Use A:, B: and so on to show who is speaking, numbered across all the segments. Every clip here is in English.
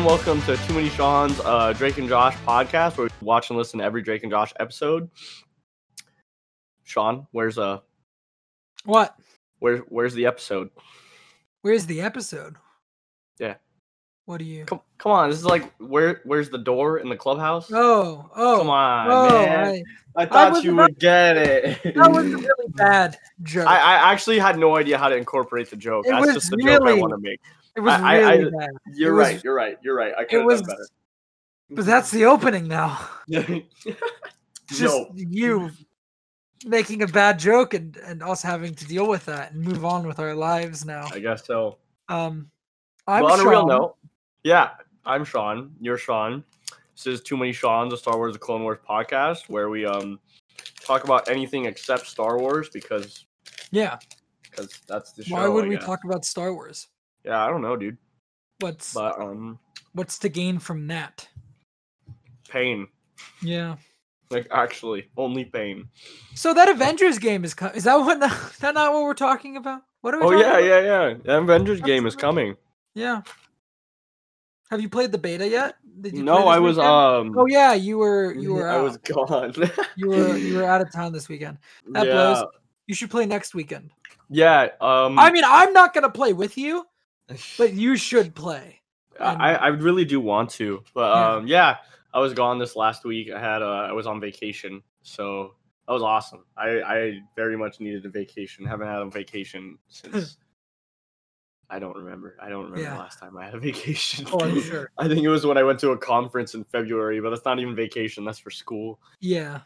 A: Welcome to Too Many Sean's uh, Drake and Josh podcast, where we watch and listen to every Drake and Josh episode. Sean, where's uh,
B: What?
A: where, where's the episode?
B: Where's the episode?
A: Yeah.
B: What do you?
A: Come, come on, this is like where, where's the door in the clubhouse?
B: Oh, oh,
A: come on,
B: oh!
A: man.
B: I,
A: I thought
B: was
A: you
B: about-
A: would get it.
B: that was a really bad joke.
A: I, I actually had no idea how to incorporate the joke.
B: It
A: That's
B: was
A: just the joke I
B: really-
A: want to make.
B: it was
A: I- I-
B: really
A: I-
B: bad.
A: You're
B: was-
A: right. You're right. You're right. I
B: It
A: could
B: was,
A: have done
B: but that's the opening now.
A: better.
B: It's just
A: No.
B: you making a bad joke and and us having to deal with that and move on with our lives now.
A: I guess so.
B: Um, I'm
A: well, on a real
B: Sean.
A: note, yeah, I'm Sean. You're Sean. This is Too Many Sean's, a Star Wars: The Clone Wars podcast, where we um talk about anything except Star Wars because
B: Yeah.
A: because that's the show.
B: Why would
A: I
B: we
A: guess.
B: talk about Star Wars?
A: Yeah, I don't know, dude.
B: What's
A: But um,
B: what's to gain from that?
A: pain.
B: Yeah.
A: Like actually, only pain.
B: So that Avengers game is co- is that what is that not what we're talking about? What are we?
A: Oh
B: talking
A: yeah,
B: about?
A: yeah, yeah. The Avengers game is
B: Absolutely.
A: coming.
B: Yeah. Have you played the beta yet? Did you play
A: No,
B: this
A: I was
B: weekend?
A: um.
B: Oh yeah, you were you were
A: I
B: out.
A: was gone.
B: you were you were out of town this weekend. That
A: yeah.
B: blows. You should play next weekend.
A: Yeah. Um.
B: I mean, I'm not gonna play with you, but you should play.
A: I, I really do want to, but
B: Yeah.
A: um, yeah, I was gone this last week. I had uh, I was on vacation, so that was awesome. I I very much needed a vacation. Haven't had a vacation since I don't remember. I don't remember
B: Yeah.
A: the last time I had a vacation.
B: Oh, I'm sure.
A: I think it was when I went to a conference in February, but that's not even vacation. That's for school.
B: Yeah.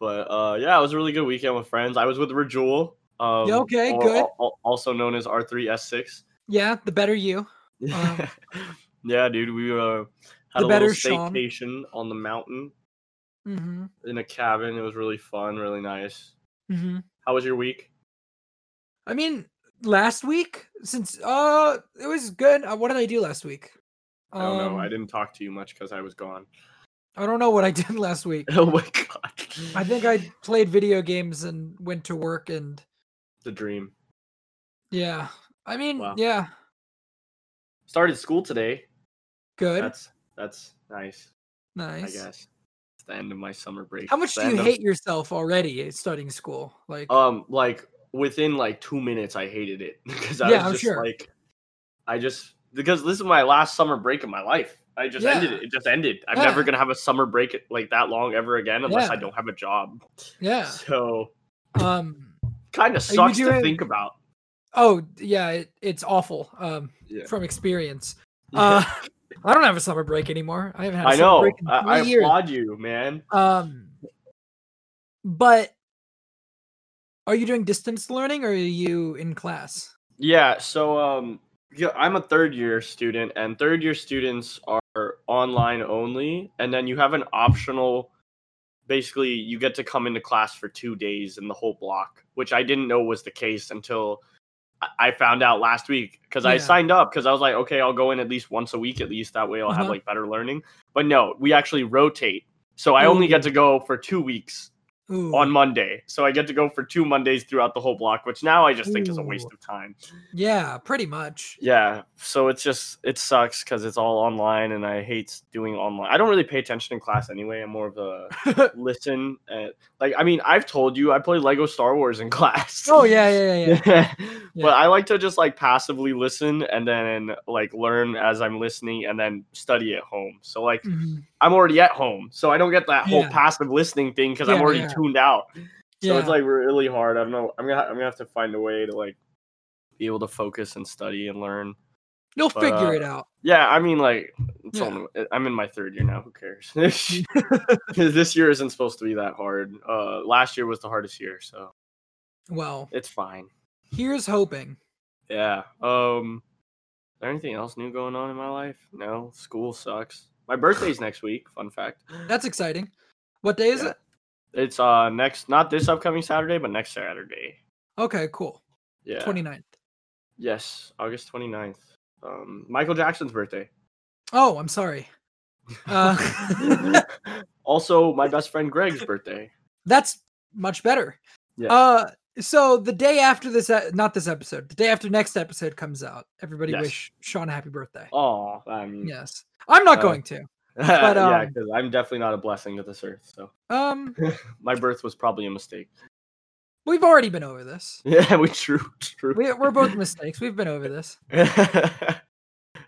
A: But uh, yeah, it was a really good weekend with friends. I was with Rajul. Um,
B: okay, good.
A: al- al- also known as R3S6.
B: Yeah, the better you. Um,
A: yeah, dude, we uh, had
B: The
A: a
B: better
A: little
B: Sean.
A: staycation on the mountain
B: Mm-hmm.
A: in a cabin. It was really fun, really nice.
B: Mm-hmm.
A: How was your week?
B: I mean, last week since uh it was good. Uh, what did I do last week?
A: I don't know. I
B: Um,
A: didn't talk to you much because I was gone.
B: I don't know what I did last week.
A: Oh my god,
B: I think I played video games and went to work and
A: the dream
B: yeah. I mean,
A: Wow.
B: yeah,
A: started school today.
B: good,
A: That's that's nice,
B: nice.
A: I guess. It's the end of my summer break.
B: How
A: It's
B: much
A: the
B: do you
A: end of-
B: hate yourself already studying school? Like,
A: um like within like two minutes i hated it because i
B: Yeah,
A: was
B: I'm
A: just
B: sure.
A: like i just because this is my last summer break of my life i just ended
B: Yeah.
A: it it just ended i'm
B: Yeah.
A: never gonna have a summer break like that long ever again unless i
B: Yeah.
A: don't have a job
B: yeah.
A: so
B: Um.
A: kind of sucks to
B: doing-
A: think about
B: Oh, yeah. It, it's awful. Um,
A: Yeah.
B: from experience. Uh, I don't have a summer break anymore. I haven't had. a
A: i
B: summer
A: know
B: Break in
A: i, I
B: three years.
A: applaud you man
B: Um. But are you doing distance learning or are you in class?
A: yeah so um yeah, i'm a third year student and third year students are online only and then you have an optional basically you get to come into class for two days in the whole block, which I didn't know was the case until I- I found out last week because I
B: Yeah.
A: signed up because I was like, okay, I'll go in at least once a week at least. That way I'll have
B: Uh-huh.
A: like better learning. But no, we actually rotate. So I only get
B: Mm.
A: to go for two weeks
B: Ooh,
A: on Monday. So I get to go for two Mondays throughout the whole block, which now I just think is a waste
B: Ooh.
A: of time.
B: yeah, pretty much.
A: Yeah. So it's just, it sucks because it's all online and I hate doing online. I don't really pay attention in class anyway. I'm more of a listen and like i mean i've told you i played lego star wars in class
B: oh yeah, yeah, yeah, yeah. Yeah.
A: but i like to just like passively listen and then like learn as i'm listening and then study at home so like
B: Mhm.
A: i'm already at home so i don't get that whole
B: Yeah.
A: passive listening thing because i'm
B: Yeah,
A: already
B: yeah.
A: tuned out so
B: yeah.
A: it's like really hard i don't know i'm gonna i'm gonna have to find a way to like be able to focus and study and learn
B: You'll
A: but,
B: figure
A: uh,
B: it out.
A: yeah, I mean, like, it's
B: Yeah.
A: only, I'm in my third year now. Who cares? this year isn't supposed to be that hard. Uh, last year was the hardest year, so
B: Well,
A: it's fine.
B: here's hoping.
A: Yeah. Um, is there anything else new going on in my life? No, school sucks. My birthday's next week. Fun fact.
B: That's exciting. What day is
A: Yeah.
B: it?
A: It's uh next, not this upcoming Saturday, but next Saturday.
B: Okay, cool.
A: Yeah.
B: 29th.
A: Yes, August 29th. Um, Michael Jackson's birthday.
B: Oh, I'm sorry. Uh,
A: also, my best friend Greg's birthday.
B: that's much better.
A: Yeah.
B: Uh, so the day after this, e- not this episode, the day after next episode comes out, everybody
A: Yes.
B: wish Sean a happy birthday.
A: Oh, I mean, yeah,
B: Yes, I'm not
A: Uh,
B: going to.
A: because
B: um,
A: I'm definitely not a blessing to this earth. So
B: Um,
A: my birth was probably a mistake.
B: we've already been over this.
A: Yeah, we true, true,
B: We, we're both mistakes. We've been over this.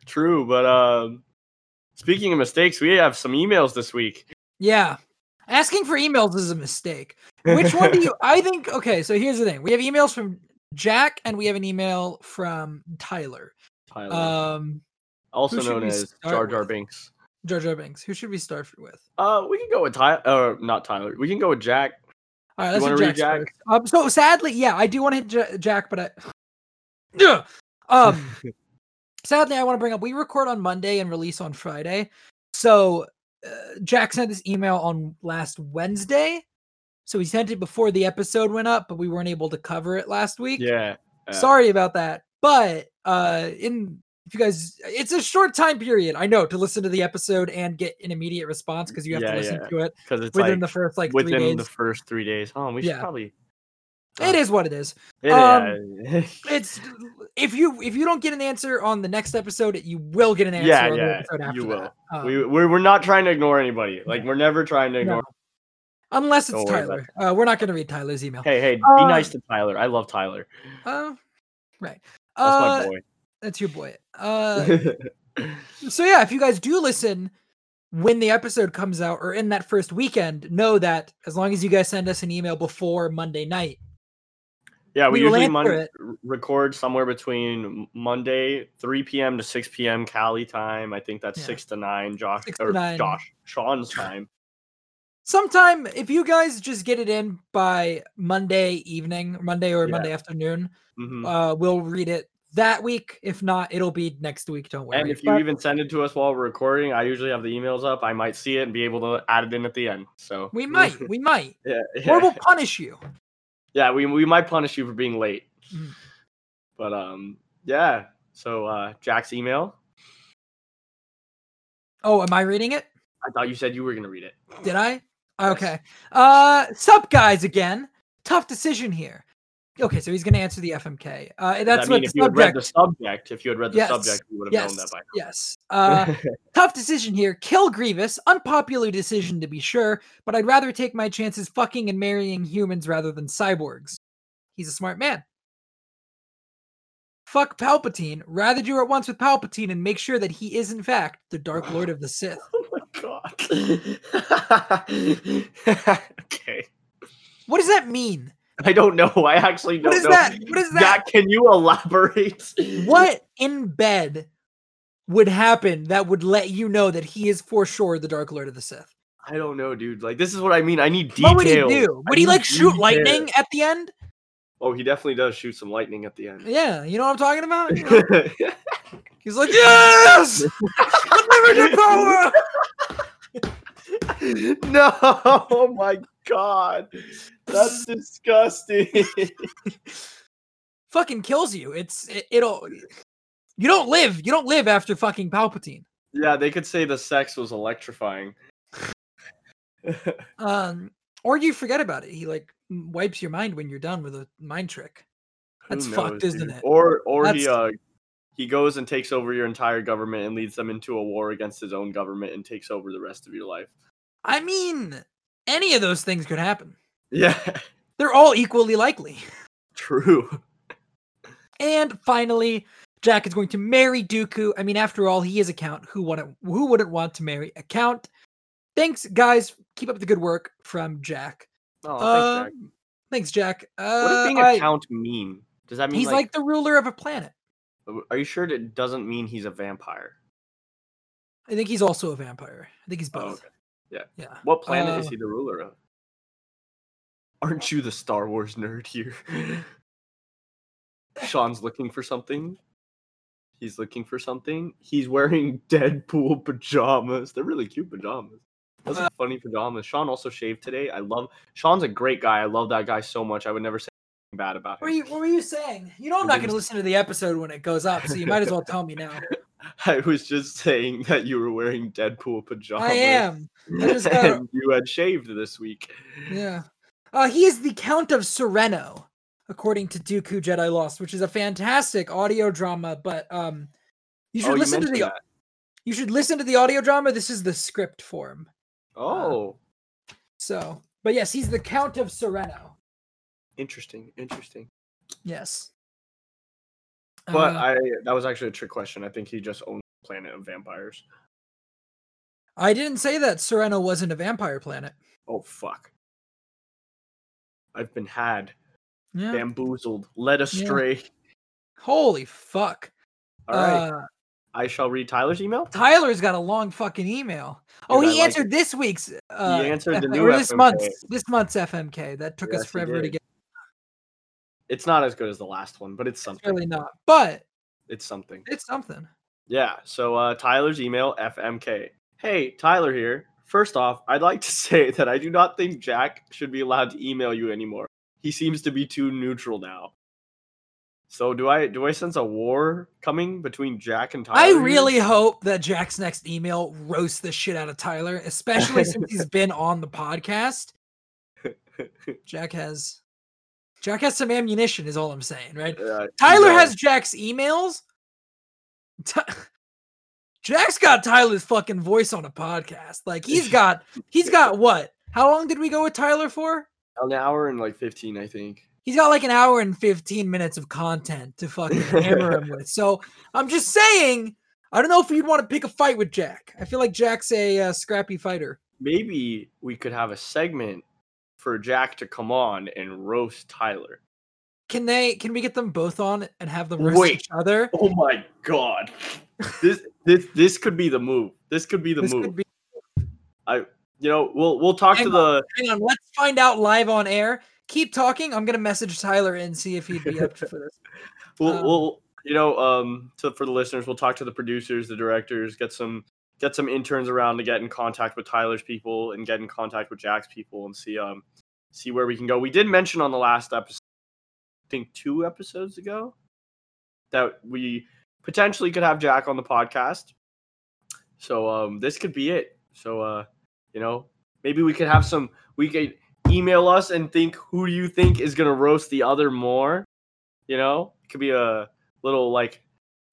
A: true. But um, speaking of mistakes, we have some emails this week.
B: Yeah, asking for emails is a mistake. Which one do you? I think. Okay, so here's the thing: we have emails from Jack, and we have an email from Tyler,
A: Tyler,
B: um,
A: also
B: who should
A: known
B: we
A: as
B: start
A: Jar Jar
B: with?
A: Binks.
B: Jar Jar Binks. Who should we start with?
A: Uh, we can go with Tyler, or not Tyler. We can go with Jack.
B: All right,
A: You
B: let's
A: wanna
B: hit
A: read
B: Jack's first. Um, so sadly, yeah, I do want to hit Ja- Jack, but I. Yeah. Um, sadly, I want to bring up we record on Monday and release on Friday. So uh, Jack sent this email on last Wednesday. So he sent it before the episode went up, but we weren't able to cover it last week.
A: Yeah. uh,
B: Sorry about that. But uh in if you guys it's a short time period, I know, to listen to the episode and get an immediate response because you have
A: Yeah,
B: to listen
A: yeah.
B: to it
A: because it's
B: within
A: like
B: the first like three
A: within
B: days.
A: the uh first three days. Oh, we should
B: Yeah.
A: probably.
B: it is what it is.
A: It,
B: Um,
A: yeah.
B: It's if you if you don't get an answer on the next episode, you will get an answer
A: Yeah,
B: on the
A: yeah,
B: episode after
A: you
B: that. Um,
A: we we're, we're not trying to ignore anybody. Like we're never trying to ignore.
B: unless it's
A: don't worry about
B: Tyler. Uh, we're not gonna read Tyler's email.
A: Hey, hey, be
B: Uh,
A: nice to Tyler. I love Tyler.
B: Uh, right.
A: That's
B: uh,
A: my boy.
B: That's your boy. Uh So yeah, if you guys do listen when the episode comes out or in that first weekend, know that as long as you guys send us an email before Monday night,
A: yeah, we,
B: we will
A: usually
B: answer
A: mon-
B: it.
A: r- record somewhere between Monday 3 p.m. to 6 p.m. Cali time. I think that's
B: Yeah.
A: six to nine. Josh
B: Six to
A: or
B: nine.
A: Josh Sean's time.
B: sometime if you guys just get it in by Monday evening, Monday or
A: Yeah.
B: Monday afternoon,
A: Mhm.
B: uh, we'll read it that week. If not, it'll be next week. Don't worry.
A: and if you
B: But
A: even send it to us while we're recording, I usually have the emails up. I might see it and be able to add it in at the end. So
B: we might, we might,
A: yeah,
B: or
A: yeah.
B: we'll punish you.
A: yeah we, we might punish you for being late
B: Mm.
A: but um yeah so uh jack's email
B: Oh, am I reading it?
A: i thought you said you were gonna read it
B: Did I? Okay. Uh sup guys again. Tough decision here. Okay, so he's gonna answer the FMK. Uh that's
A: I mean,
B: what
A: if
B: the
A: you had read the
B: subject.
A: subject if you had read the
B: Yes,
A: subject you would have known
B: Yes.
A: that by
B: Yes. Uh tough decision here. Kill Grievous. Unpopular decision to be sure, but I'd rather take my chances fucking and marrying humans rather than cyborgs. He's a smart man. Fuck Palpatine. Rather do it once with Palpatine and make sure that he is in fact the Dark Lord of the Sith.
A: oh my god okay
B: What does that mean?
A: i don't know i actually don't
B: What is
A: know
B: that? What is that?
A: Jack, can you elaborate
B: what in bed would happen that would let you know that he is for sure the Dark Lord of the Sith?
A: i don't know dude like this is what i mean i need details
B: What would he do?
A: I
B: Would he
A: need
B: like shoot
A: details.
B: lightning at the end?
A: oh he definitely does shoot some lightning at the end
B: Yeah, you know what I'm talking about? You know, He's like, Yes! Unlimited power!
A: no, oh my god. That's disgusting.
B: Fucking kills you. It's it, it'll you don't live. You don't live after fucking Palpatine.
A: yeah, they could say the sex was electrifying.
B: Um or you forget about it. He like m- wipes your mind when you're done with a mind trick.
A: Who
B: That's fucked, isn't it?
A: Or or he
B: That's-
A: uh he goes and takes over your entire government and leads them into a war against his own government and takes over the rest of your life.
B: I mean, any of those things could happen.
A: Yeah,
B: They're all equally likely.
A: true.
B: And finally, Jack is going to marry Dooku. I mean, after all, he is a count. Who wouldn't, who wouldn't want to marry a count? Thanks, guys. Keep up the good work from Jack.
A: Oh,
B: Uh,
A: thanks, Jack.
B: Thanks, Jack.
A: What does
B: Uh,
A: being a
B: I-
A: count mean? Does that mean
B: he's like, the ruler of a planet.
A: like are you sure it doesn't mean he's a vampire?
B: I think he's also a vampire. I think he's
A: Oh,
B: both.
A: okay. Yeah.
B: Yeah.
A: What planet is
B: Uh,
A: he the ruler of? Aren't you the Star Wars nerd here? Sean's looking for something. He's looking for something. He's wearing Deadpool pajamas. They're really cute pajamas. Those
B: Uh.
A: are funny pajamas. Sean also shaved today. I love Sean's a great guy. I love that guy so much. I would never say anything bad about
B: What
A: him.
B: were you, what were you saying? You know, I'm
A: I
B: not
A: didn't-
B: going to listen to the episode when it goes up, so you might as well tell me now.
A: I was just saying that you were wearing Deadpool pajamas.
B: I am. I just got-
A: and you had shaved this week.
B: Yeah. Uh, he is the Count of Sereno, according to Dooku Jedi Lost, which is a fantastic audio drama. But um, you should
A: Oh, you
B: listen to
A: mentioned
B: the
A: that.
B: you should listen to the audio drama. This is the script form.
A: Oh,
B: So, but yes, he's the Count of Sereno.
A: interesting, interesting.
B: Yes.
A: But
B: Uh,
A: I that was actually a trick question. I think he just owned the planet of vampires.
B: I didn't say that Sereno wasn't a vampire planet.
A: Oh fuck. I've been had,
B: Yeah.
A: bamboozled, led astray.
B: Holy fuck.
A: All right.
B: Uh,
A: I shall read Tyler's email.
B: Tyler's got a long fucking email. Oh,
A: Dude, I
B: he
A: like
B: answered this week's. Uh,
A: answered the
B: FM
A: new
B: or this
A: FMK.
B: month's this month's FMK. That took
A: Yes,
B: us
A: he
B: forever to
A: did.
B: get.
A: It's not as good as the last one, but it's
B: It's
A: something.
B: really not, but
A: It's something.
B: it's something.
A: Yeah. So uh, Tyler's email FMK. Hey, Tyler here. First off, I'd like to say that I do not think Jack should be allowed to email you anymore. He seems to be too neutral now. So do I do I sense a war coming between Jack and Tyler?
B: I
A: here?
B: really hope that Jack's next email roasts the shit out of Tyler, especially since he's been on the podcast. Jack has Jack has some ammunition, is all I'm saying, right?
A: Uh,
B: Tyler
A: email.
B: has Jack's emails. Ty- Jack's got Tyler's fucking voice on a podcast. Like he's got he's got what? How long did we go with Tyler for?
A: an hour and like 15, I think.
B: He's got like an hour and 15 minutes of content to fucking hammer him with. So I'm just saying, I don't know if you'd want to pick a fight with Jack. I feel like Jack's a uh, scrappy fighter.
A: Maybe we could have a segment for Jack to come on and roast Tyler.
B: Can they? Can we get them both on and have them roast
A: Wait.
B: each other?
A: Oh my god. This this this could be the move. This could be the
B: This
A: move.
B: could be.
A: you know, we'll we'll talk to
B: Hang
A: the
B: Hang on, let's find out live on air. Keep talking. I'm gonna message Tyler and see if he'd be up for this.
A: we'll,
B: Um,
A: we'll you know um to for the listeners we'll talk to the producers the directors get some get some interns around to get in contact with tyler's people and get in contact with jack's people and see um see where we can go we did mention on the last episode i think two episodes ago that we potentially could have jack on the podcast so um this could be it so uh you know maybe we could have some we could email us and think who do you think is going to roast the other more you know, it could be a little like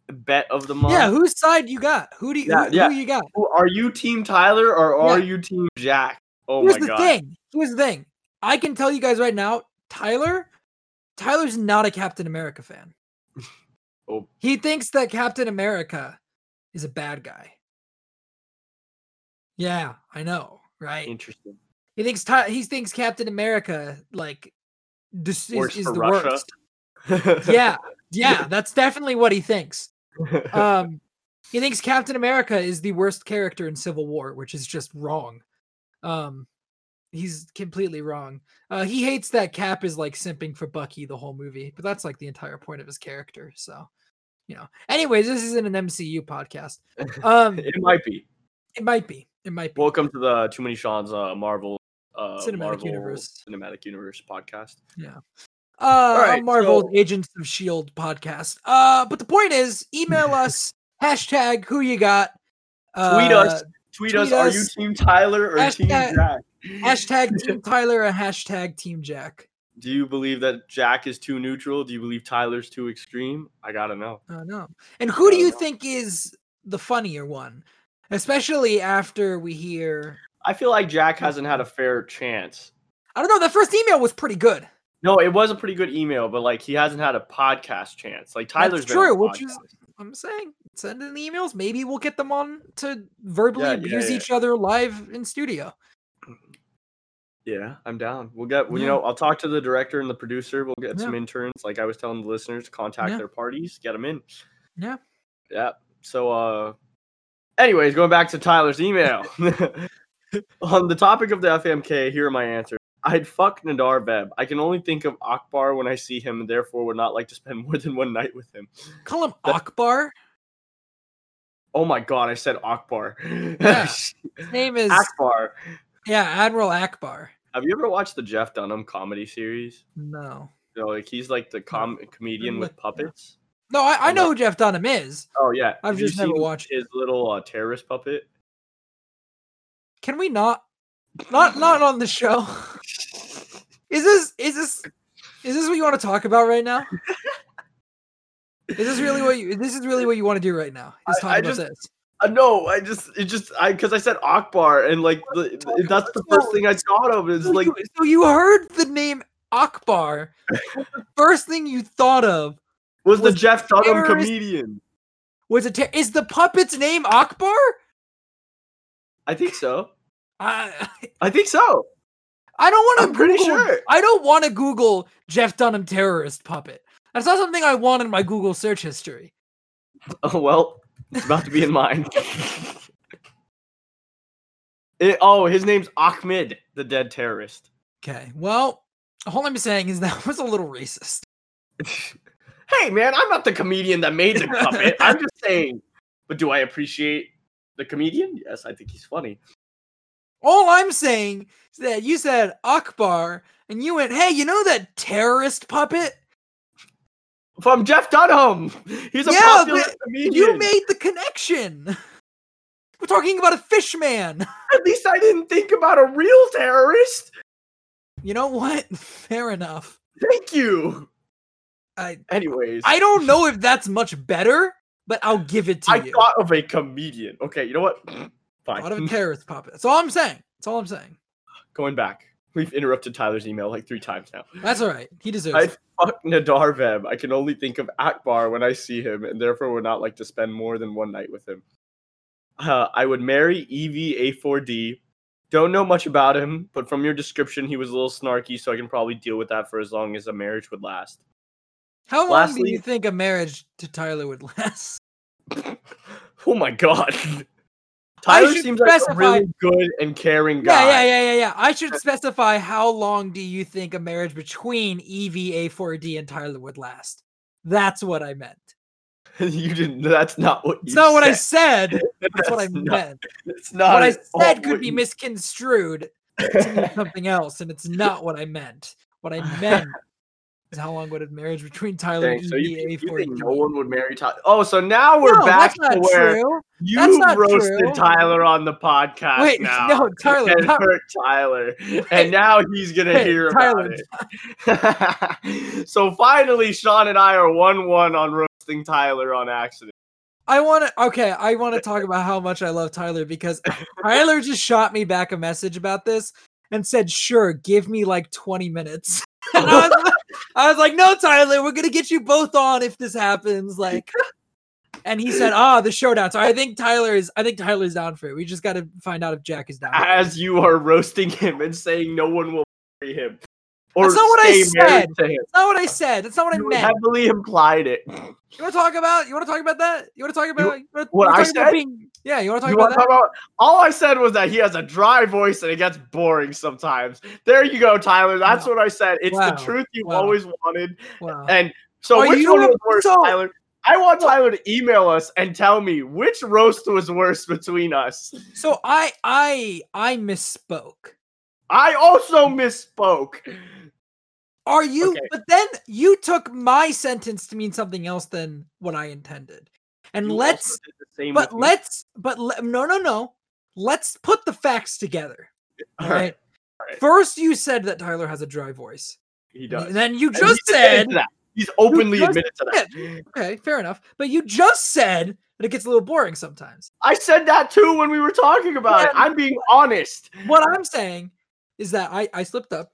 A: bet of the month.
B: Yeah, whose side you got? Who do you?
A: Yeah,
B: who,
A: yeah.
B: who you got?
A: Who- are you team Tyler or are
B: Yeah.
A: you team Jack? Oh
B: Here's
A: my
B: the
A: god.
B: thing. Here's the thing. I can tell you guys right now, Tyler, Tyler's not a Captain America fan.
A: Oh.
B: He thinks that Captain America is a bad guy. Yeah, I know, right?
A: Interesting.
B: He thinks Ty- he thinks Captain America like this is,
A: Works
B: is
A: for
B: the
A: Russia.
B: worst. Yeah, yeah, that's definitely what he thinks. Um, he thinks Captain America is the worst character in Civil War, which is just wrong. Um, he's completely wrong. Uh, he hates that Cap is like simping for Bucky the whole movie, but that's like the entire point of his character. So, you know. Anyways, this isn't an MCU podcast. Um,
A: it might be.
B: it might be. It might be.
A: Welcome to the Too Many Sean's uh, Marvel uh,
B: Cinematic
A: Marvel
B: Universe.
A: Cinematic Universe podcast.
B: uh,
A: Alright,
B: a Marvel
A: so-
B: Agents of Shield E podcast. Uh, but the point is, email us hashtag who you got. uh,
A: Tweet us. Tweet,
B: Tweet
A: us, are you
B: us.
A: team Tyler or team
B: Hashtag-
A: Jack?
B: Hashtag Team Tyler or hashtag Team Jack.
A: Do you believe that Jack is too neutral? Do you believe Tyler's too extreme? I gotta know.
B: Oh no. And who do
A: Oh,
B: you
A: no.
B: think is the funnier one? Especially after we hear
A: I feel like Jack hasn't had a fair chance.
B: I don't know, that first email was pretty good.
A: No, it was a pretty good email, but like he hasn't had a podcast chance. Like Tyler's been on
B: true,
A: the
B: which is-
A: podcast.
B: I'm saying send in the emails. Maybe we'll get them on to verbally
A: Yeah, yeah,
B: abuse
A: yeah.
B: each other live in studio.
A: yeah, I'm down. We'll get well, you
B: Yeah.
A: know I'll talk to the director and the producer. We'll get some
B: Yeah.
A: interns. Like I was telling the listeners, contact
B: Yeah.
A: their parties, get them in.
B: Yeah.
A: Yeah. So, uh, anyways, going back to Tyler's email. On the topic of the FMK, here are my answers. I'd fuck Nadar Veb. I can only think of Akbar when I see him, and therefore would not like to spend more than one night with him.
B: Call him
A: That-
B: Akbar.
A: Oh my god, I said Akbar.
B: Yeah. His name is
A: Akbar.
B: yeah, Admiral Akbar.
A: Have you ever watched the Jeff Dunham comedy series?
B: No.
A: You know, like he's like the com- comedian with
B: look-
A: puppets.
B: No, I, I
A: I'm
B: know
A: not-
B: who Jeff Dunham is.
A: Oh yeah,
B: I've
A: Have you
B: just never
A: seen
B: watched
A: his little uh, terrorist puppet.
B: Can we not not not on the show? Is this is this Is this what you want to talk about right now? Is this really what you? This is really what you want to do right now? Is
A: I-
B: talk
A: I
B: about
A: just-
B: this?
A: Uh, no, I just it just I because I said Akbar and like the, the- that's the first thing I thought of is
B: So,
A: like
B: you, so you heard the name Akbar. the first thing you thought of
A: was the
B: was
A: Jeff Dunham
B: terrorist-
A: comedian.
B: was a ter- is the puppet's name Akbar?
A: I think so.
B: I
A: I think so.
B: I don't want to.
A: I'm pretty sure.
B: I don't want to Google Jeff Dunham terrorist puppet. That's not something I want in my Google search history.
A: Oh well, it's about to be in mine. It- oh, his name's Ahmed, the dead terrorist.
B: Okay. Well, all I'm saying is that was a little racist.
A: hey man, I'm not the comedian that made the puppet. I'm just saying. But do I appreciate the comedian? Yes, I think he's funny.
B: All I'm saying is that you said Akbar and you went, hey, you know that terrorist puppet?
A: From Jeff Dunham. He's a
B: Yeah,
A: popular
B: but
A: comedian.
B: You made the connection. We're talking about a fish man.
A: At least I didn't think about a real terrorist.
B: You know what? Fair enough.
A: Thank you.
B: I
A: Anyways,
B: I don't know if that's much better, but I'll give it to
A: I
B: you.
A: thought of a comedian. Okay, you know what?
B: Thought of
A: Fine.
B: a terrorist puppet. That's all I'm saying. That's all I'm saying.
A: Going back. We've interrupted Tyler's email like three times now.
B: That's all right. He deserves
A: I
B: it.
A: fuck Nadar Veb. I can only think of Akbar when I see him, and therefore would not like to spend more than one night with him. Uh, I would marry EVA4D. Don't know much about him, but from your description, he was a little snarky, so I can probably deal with that for as long as a marriage would last.
B: How long do
A: lastly-
B: you think a marriage to Tyler would last?
A: Oh my god. Tyler
B: should
A: seems like a
B: specify-
A: really good and caring guy.
B: Yeah, yeah, yeah, yeah, yeah. I should specify how long do you think a marriage between E EVA4D and Tyler would last? That's what I meant.
A: you didn't. That's not what. You
B: It's not what I
A: said.
B: said. That's what I
A: not-
B: meant.
A: It's not
B: What I
A: at all
B: said could
A: what
B: be
A: you-
B: misconstrued to mean something else, and it's not what I meant. What I meant is how long would a marriage between Tyler E
A: Dang,
B: and
A: so you, think- you
B: EVA4D?
A: think no one would marry Tyler? Oh, so now we're
B: No,
A: back
B: that's not
A: to where
B: true. That's
A: you
B: not
A: roasted
B: true.
A: Tyler on the podcast.
B: Wait,
A: now
B: no, Tyler,
A: and
B: not-
A: hurt Tyler, and now he's gonna
B: Hey,
A: hear
B: Tyler,
A: about it. so finally, Sean and I are one-one on roasting Tyler on accident.
B: I want to. Okay, I want to talk about how much I love Tyler because Tyler just shot me back a message about this and said, "Sure, give me like 20 minutes." And I, was, like- I was like, "No, Tyler, we're gonna get you both on if this happens." Like, and he said, "Ah, the showdown." So I think Tyler is. I think Tyler's down for it. We just got to find out if Jack is down. for it.
A: as you are roasting him and saying no one will marry him. Or
B: That's not what I
A: stay married
B: said.
A: To him.
B: That's not what I said. That's not what I
A: You
B: meant.
A: heavily implied it.
B: You want to talk about? You want to talk about that? You want to talk about you wanna-
A: what
B: you wanna
A: I
B: talk about
A: said?
B: being- yeah, you want to talk
A: You
B: about
A: want
B: that?
A: to talk about? All I said was that he has a dry voice and it gets boring sometimes. There you go, Tyler. That's
B: Wow.
A: what I said. It's
B: Wow.
A: the truth you
B: Wow.
A: always wanted.
B: Wow.
A: And so,
B: Are
A: which
B: you
A: one
B: a-
A: was worse,
B: so-
A: Tyler? I want Tyler to email us and tell me which roast was worse between us.
B: So I I I misspoke.
A: I also misspoke.
B: Are you?
A: Okay.
B: But then you took my sentence to mean something else than what I intended. And
A: You also
B: let's,
A: did the same
B: but
A: with me.
B: let's, but le- no, no, no. Let's put the facts together. All
A: All right,
B: right?
A: all right.
B: First, you said that Tyler has a dry voice.
A: He
B: and
A: does.
B: Then you
A: And
B: just
A: he's admitted
B: said,
A: to that. he's openly
B: just
A: admitted to that.
B: okay, fair enough. But you just said that it gets a little boring sometimes.
A: I said that too when we were talking about it.
B: Yeah.
A: I'm being honest.
B: What I'm saying is that I I slipped up.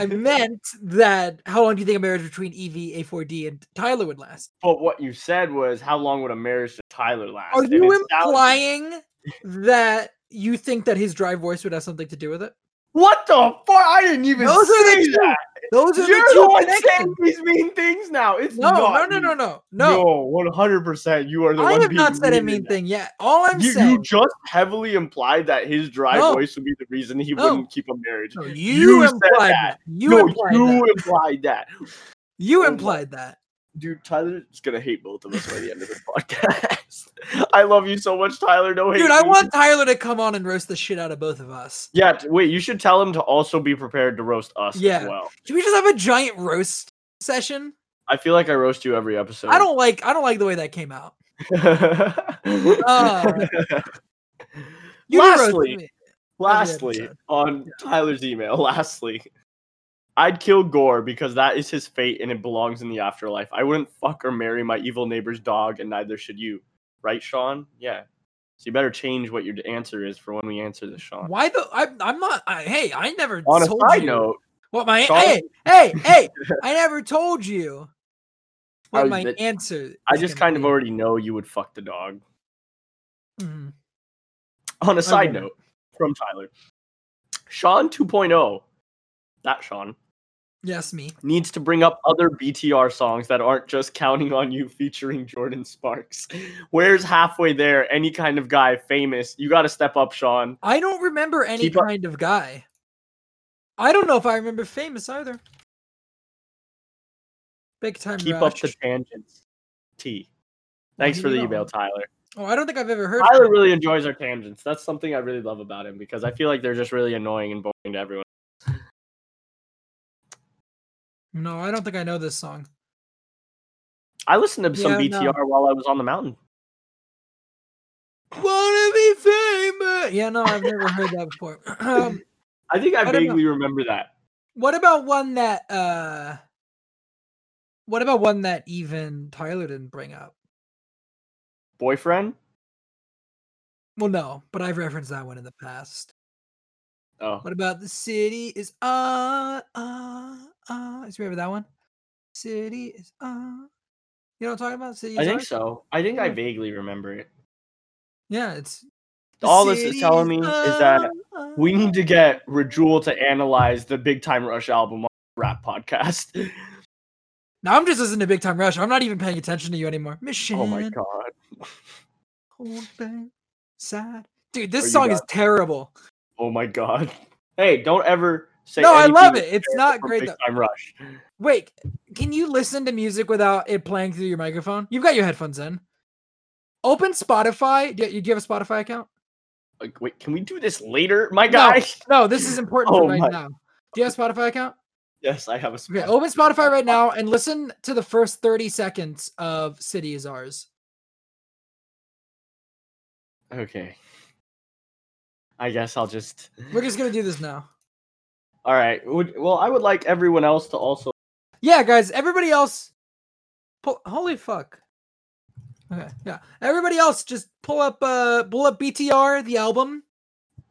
B: I meant that how long do you think a marriage between EV, A4D, and Tyler would last?
A: But what you said was, how long would a marriage to Tyler last?
B: Are
A: And
B: you
A: it sounds-
B: implying that you think that his dry voice would have something to do with it?
A: What the fuck? I didn't even
B: Those are the
A: say
B: two.
A: that.
B: Those are
A: You're
B: the
A: the
B: two
A: one saying
B: connections.
A: these mean things now. It's
B: No, no,
A: not
B: no,
A: me.
B: no, no, no.
A: No, one hundred percent. You are the
B: I
A: one.
B: have not
A: being
B: said a
A: in
B: mean
A: that.
B: thing yet. All I'm
A: You,
B: saying,
A: you just heavily implied that his dry
B: No.
A: voice would be the reason he
B: No.
A: wouldn't keep a marriage.
B: No, you,
A: you said
B: implied that.
A: that.
B: You
A: no,
B: implied
A: you
B: that.
A: implied that.
B: You
A: Oh my-
B: implied that.
A: Dude, Tyler's gonna hate both of us by the end of this podcast. I love you so much, Tyler. Don't hate
B: Dude, I
A: me.
B: want Tyler to come on and roast the shit out of both of us.
A: Yeah, t- wait, you should tell him to also be prepared to roast us
B: Yeah.
A: as well.
B: Should we just have a giant roast session?
A: I feel like I roast you every episode.
B: I don't like. I don't like the way that came out. Uh, You roasted
A: lastly,
B: me.
A: lastly,
B: episode.
A: on Tyler's email, lastly, I'd kill Gore because that is his fate and it belongs in the afterlife. I wouldn't fuck or marry my evil neighbor's dog, and neither should you. Right, Sean? Yeah. So you better change what your answer is for when we answer this, Sean.
B: Why the? I, I'm not. I, hey, I never
A: On a
B: told
A: side
B: you
A: note,
B: what my.
A: Sean-
B: Hey, hey, hey! I never told you what
A: I-
B: my
A: that-
B: answer.
A: I
B: is
A: just
B: gonna
A: kind of
B: be.
A: already know you would fuck the dog.
B: Mhm.
A: On a side
B: wouldn't.
A: note from Tyler, Sean 2.0, that Sean,
B: Yes, me.
A: needs to bring up other BTR songs that aren't just Counting on You featuring Jordan Sparks. Where's Halfway There? Any kind of guy famous. You got to step up, Sean.
B: I don't remember any
A: Keep up-
B: kind of guy. I don't know if I remember famous either. Big time.
A: Keep up
B: Rush.
A: the tangents. T.
B: What
A: Thanks
B: do
A: for
B: you
A: the
B: know?
A: email, Tyler.
B: Oh, I don't think I've ever heard.
A: Tyler
B: of
A: really enjoys our tangents. That's something I really love about him because I feel like they're just really annoying and boring to everyone.
B: him. No, I don't think I know this song.
A: I listened to some
B: Yeah, no.
A: BTR while I was on the mountain.
B: Wanna be famous? Yeah, no, I've never heard that before. um,
A: I think I,
B: I don't know.
A: vaguely remember that.
B: what about one that? uh What about one that even Tyler didn't bring up?
A: Boyfriend?
B: Well, no, but I've referenced that one in the past.
A: Oh.
B: What about the city is uh uh uh? Do you remember that one? City is uh. You know what I'm talking about? City. Is
A: I think
B: Ours?
A: so. I think I
B: Yeah.
A: vaguely remember it.
B: Yeah, it's. "The
A: All this is
B: city
A: telling me is that
B: uh,
A: We
B: uh."
A: need to get Rajul to analyze the Big Time Rush album on the rap podcast.
B: Now I'm just listening to Big Time Rush. I'm not even paying attention to you anymore. Mission.
A: Oh my god.
B: Hold back, sad. Dude,
A: Or
B: this
A: you
B: song
A: got-
B: is terrible.
A: Oh my god. Hey, don't ever say
B: No, I love
A: anything
B: it. It's not
A: from
B: great
A: Big
B: though.
A: Time Rush.
B: Wait, can you listen to music without it playing through your microphone? You've got your headphones in. Open Spotify. Do you, do you have a Spotify account?
A: Like, wait, can we do this later, my guy?
B: No, this is important
A: Oh
B: for right
A: my-
B: now. Do you have a Spotify account?
A: Yes, I have a
B: Okay,
A: spot.
B: open Spotify right now and listen to the first 30 seconds of City is Ours.
A: Okay. I guess I'll just.
B: We're just going to do this now.
A: All right. Would, well, I would like everyone else to also.
B: Yeah, guys, everybody else pull holy fuck. Okay, yeah. Everybody else just pull up uh pull up BTR, the album.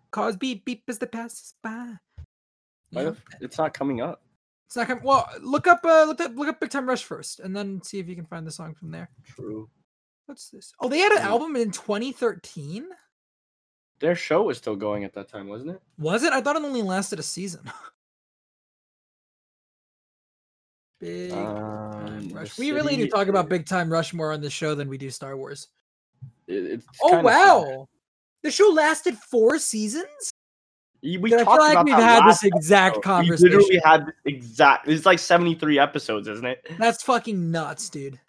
B: Cause beep beep as the passes by.
A: Why
B: Yeah.
A: the f- It's not coming up.
B: It's not com- well look up uh look up look up Big Time Rush first and then see if you can find the song from there.
A: True.
B: What's this? Oh, they had an
A: Mm.
B: album in 2013?
A: Their show was still going at that time, wasn't it?
B: Was it? I thought it only lasted a season. Big
A: Um,
B: Time
A: the
B: Rush. We really do
A: city
B: talk about
A: is-
B: Big Time Rush more on this show than we do Star Wars.
A: It- it's
B: Oh
A: kinda
B: wow.
A: sad.
B: The show lasted four seasons?
A: Y-
B: We
A: We
B: Dude, I
A: talked
B: feel like
A: about
B: we've
A: that
B: had
A: last
B: this
A: episode.
B: exact
A: We
B: conversation.
A: literally had this exact. It's like seventy-three episodes, isn't it?
B: That's fucking nuts, dude.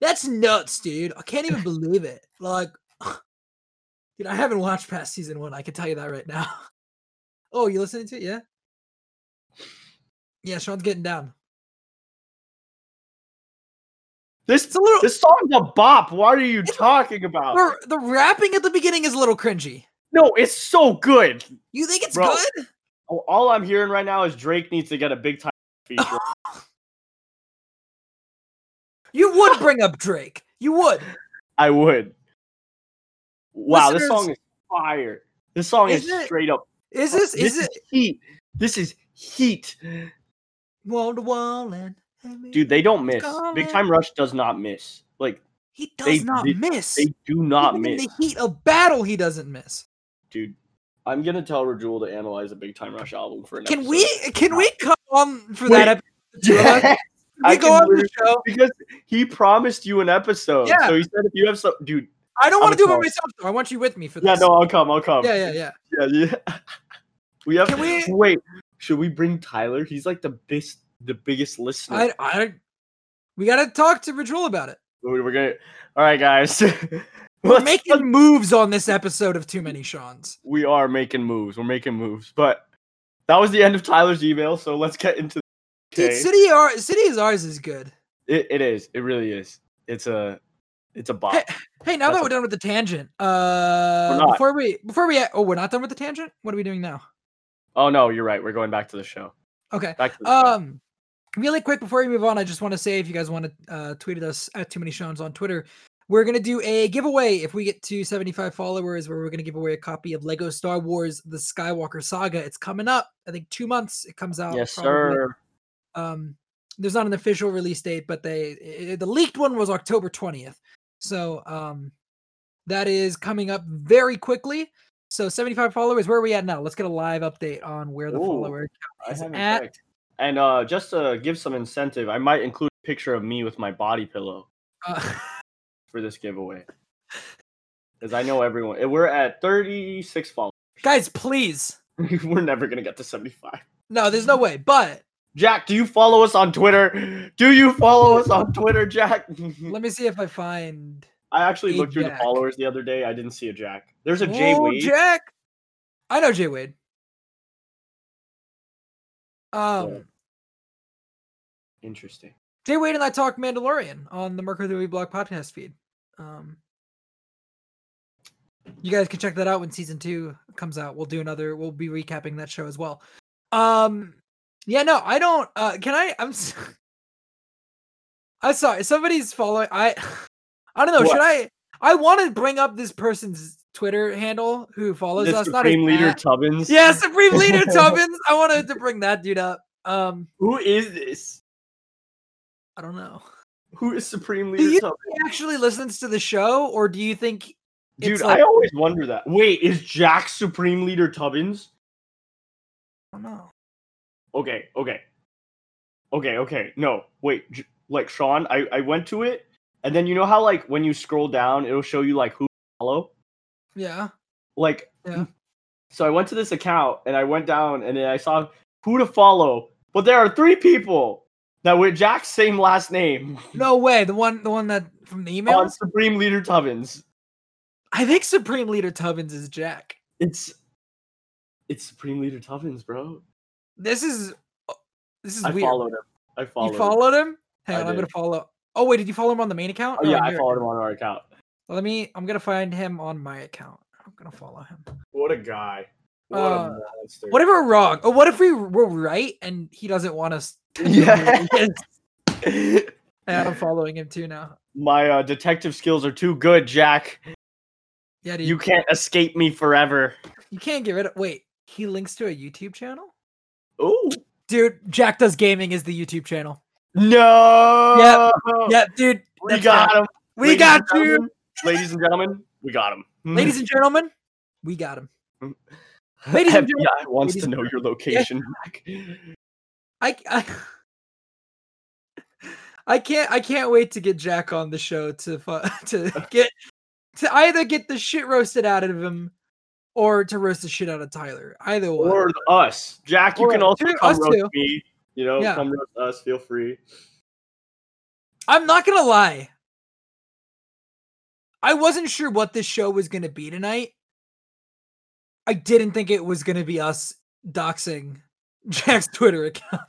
B: That's nuts, dude. I can't even believe it. Like dude, I haven't watched past season one, I can tell you that right now. Oh, you listening to it? Yeah? Yeah, Sean's getting down.
A: This
B: It's a little
A: this song's a bop. What are you
B: It's-
A: talking about?
B: the, the rapping at the beginning is a little cringy.
A: No, it's so good.
B: You think it's
A: Bro.
B: good?
A: All- All I'm hearing right now is Drake needs to get a big time feature.
B: You would bring up Drake. You would.
A: I would. Wow, this
B: Listeners-
A: song is fire. This song is,
B: Isn't it-
A: straight up.
B: Is this is it
A: heat? This is heat,
B: wall to wall and
A: dude. They don't miss.
B: Calling.
A: Big Time Rush does not miss. Like
B: He does
A: They-
B: not
A: they-
B: miss.
A: they do not
B: Even
A: miss,
B: in the heat of battle, he doesn't miss.
A: dude. I'm gonna tell Rajul to analyze a Big Time Rush album for an
B: Can
A: episode.
B: we? Can we come on for
A: Wait,
B: that episode? two of us?
A: Yeah,
B: Can we
A: I
B: go
A: can
B: on the
A: literally-
B: show.
A: because he promised you an episode.
B: Yeah.
A: So he said if you have some, dude.
B: I don't
A: I'm
B: want to do it by
A: sorry.
B: myself. Though. I want you with me for
A: Yeah,
B: this.
A: no, I'll come. I'll come.
B: Yeah, yeah, yeah.
A: yeah, yeah. we have.
B: Can we-
A: Wait, should we bring Tyler? He's like the biggest, the biggest listener.
B: I, I, we gotta talk to Rajul about it.
A: We're we're gonna. All right, guys.
B: We're
A: Let's-
B: making moves on this episode of Too Many Sean's.
A: we are making moves. We're making moves. But that was the end of Tyler's email. So let's get into.
B: Dude, City Ar- City is ours is good.
A: It, it is. It really is. It's a. It's a bop.
B: Hey, hey, now
A: That's
B: that
A: a-
B: we're done with the tangent, uh,
A: not.
B: before we before we oh we're not done with the tangent. What are we doing now?
A: Oh no, you're right. We're going back to the show.
B: Okay.
A: Back to the show.
B: Um, really quick before we move on, I just want to say if you guys want to uh, tweet at us at Too Many Shawns on Twitter, we're gonna do a giveaway if we get to 75 followers, where we're gonna give away a copy of Lego Star Wars: The Skywalker Saga. It's coming up. I think two months. It comes out.
A: yes,
B: oh, probably.
A: sir.
B: Um, there's not an official release date, but they i- i- the leaked one was October 20th. So um, that is coming up very quickly. So 75 followers. Where are we at now? Let's get a live update on where the
A: Ooh,
B: follower
A: I
B: is
A: haven't
B: at-
A: checked. And uh, just to give some incentive, I might include a picture of me with my body pillow
B: uh,
A: for this giveaway. Because I know everyone. and We're at 36 followers.
B: guys. Please,
A: We're never going to get to 75.
B: no, there's no way. But
A: Jack, do you follow us on Twitter? Do you follow us on Twitter, Jack?
B: let me see if I find.
A: I actually
B: Hey,
A: looked through the
B: Jack.
A: followers the other day. I didn't see a Jack. There's a Jay
B: Oh,
A: Wade.
B: Jack. I know Jay Wade. Um,
A: Interesting.
B: Jay Wade and I talk Mandalorian on the Mercury Movie Blog podcast feed. Um, you guys can check that out when season two comes out. We'll do another. We'll be recapping that show as well. Um, yeah, no, I don't. Uh, can I? I'm. s- I'm sorry. Somebody's following. I. I don't know.
A: What?
B: Should I? I want to bring up this person's Twitter handle who follows
A: The
B: us. not his
A: Supreme Leader
B: at-
A: Tubbins.
B: Yeah, Supreme Leader Tubbins. I wanted to bring that dude up. Um,
A: Who is this?
B: I don't know.
A: Who is Supreme
B: Do
A: Leader
B: you-
A: Tubbins?
B: he actually listens to the show, or do you think?
A: Dude,
B: it's like-
A: I always wonder that. Wait, is Jack Supreme Leader Tubbins?
B: I don't know.
A: Okay, okay. Okay, okay. No, wait. J- like, Sean, I, I went to it, and then you know how, like, when you scroll down, it'll show you, like, who to follow?
B: Yeah,
A: Like,
B: yeah.
A: So I went to this account and I went down and then I saw who to follow. But there are three people that with Jack's same last name
B: No way. The one, the one that from the emails.
A: on Supreme Leader Tubbins.
B: I think Supreme Leader Tubbins is Jack.
A: It's it's Supreme Leader Tubbins, bro.
B: This is uh, this is
A: I
B: weird.
A: followed him. I followed.
B: you
A: him.
B: followed him? Hang
A: I
B: on, I'm gonna
A: did.
B: follow. Oh wait, did you follow him on the main account?
A: Oh,
B: or
A: yeah,
B: on
A: I
B: your
A: followed him
B: account?
A: on our account.
B: Let me. I'm gonna find him on my account. I'm gonna follow him.
A: What a guy. What
B: Uh,
A: a monster.
B: What if we're wrong? Or what if we were right and he doesn't want us? to know who he is? And I'm following him too now.
A: My uh, detective skills are too good, Jack.
B: Yeah, dude.
A: You can't escape me forever.
B: You can't get rid of. Wait, he links to a YouTube channel?
A: Oh
B: Dude, Jack Does Gaming is the YouTube channel.
A: no!
B: Yeah, dude.
A: we
B: that's
A: got
B: Jack.
A: him.
B: We
A: Oh. Ladies
B: got
A: and
B: you.
A: gentlemen- Mm-hmm. Ladies and gentlemen, we got him.
B: Ladies
A: Mm.
B: and gentlemen, we got him. Ladies and gentlemen,
A: FBI wants
B: ladies
A: to
B: and
A: know your location. Jack.
B: I, I, I can't I can't wait to get Jack on the show to fu- to get to either get the shit roasted out of him or to roast the shit out of Tyler. Either one.
A: Or us. Jack, you
B: Or
A: can also
B: two-
A: come
B: us
A: roast
B: two.
A: me. You know,
B: Yeah.
A: come roast us. Feel free.
B: I'm not gonna lie. I wasn't sure what this show was gonna be tonight. I didn't think it was gonna be us doxing Jack's Twitter account.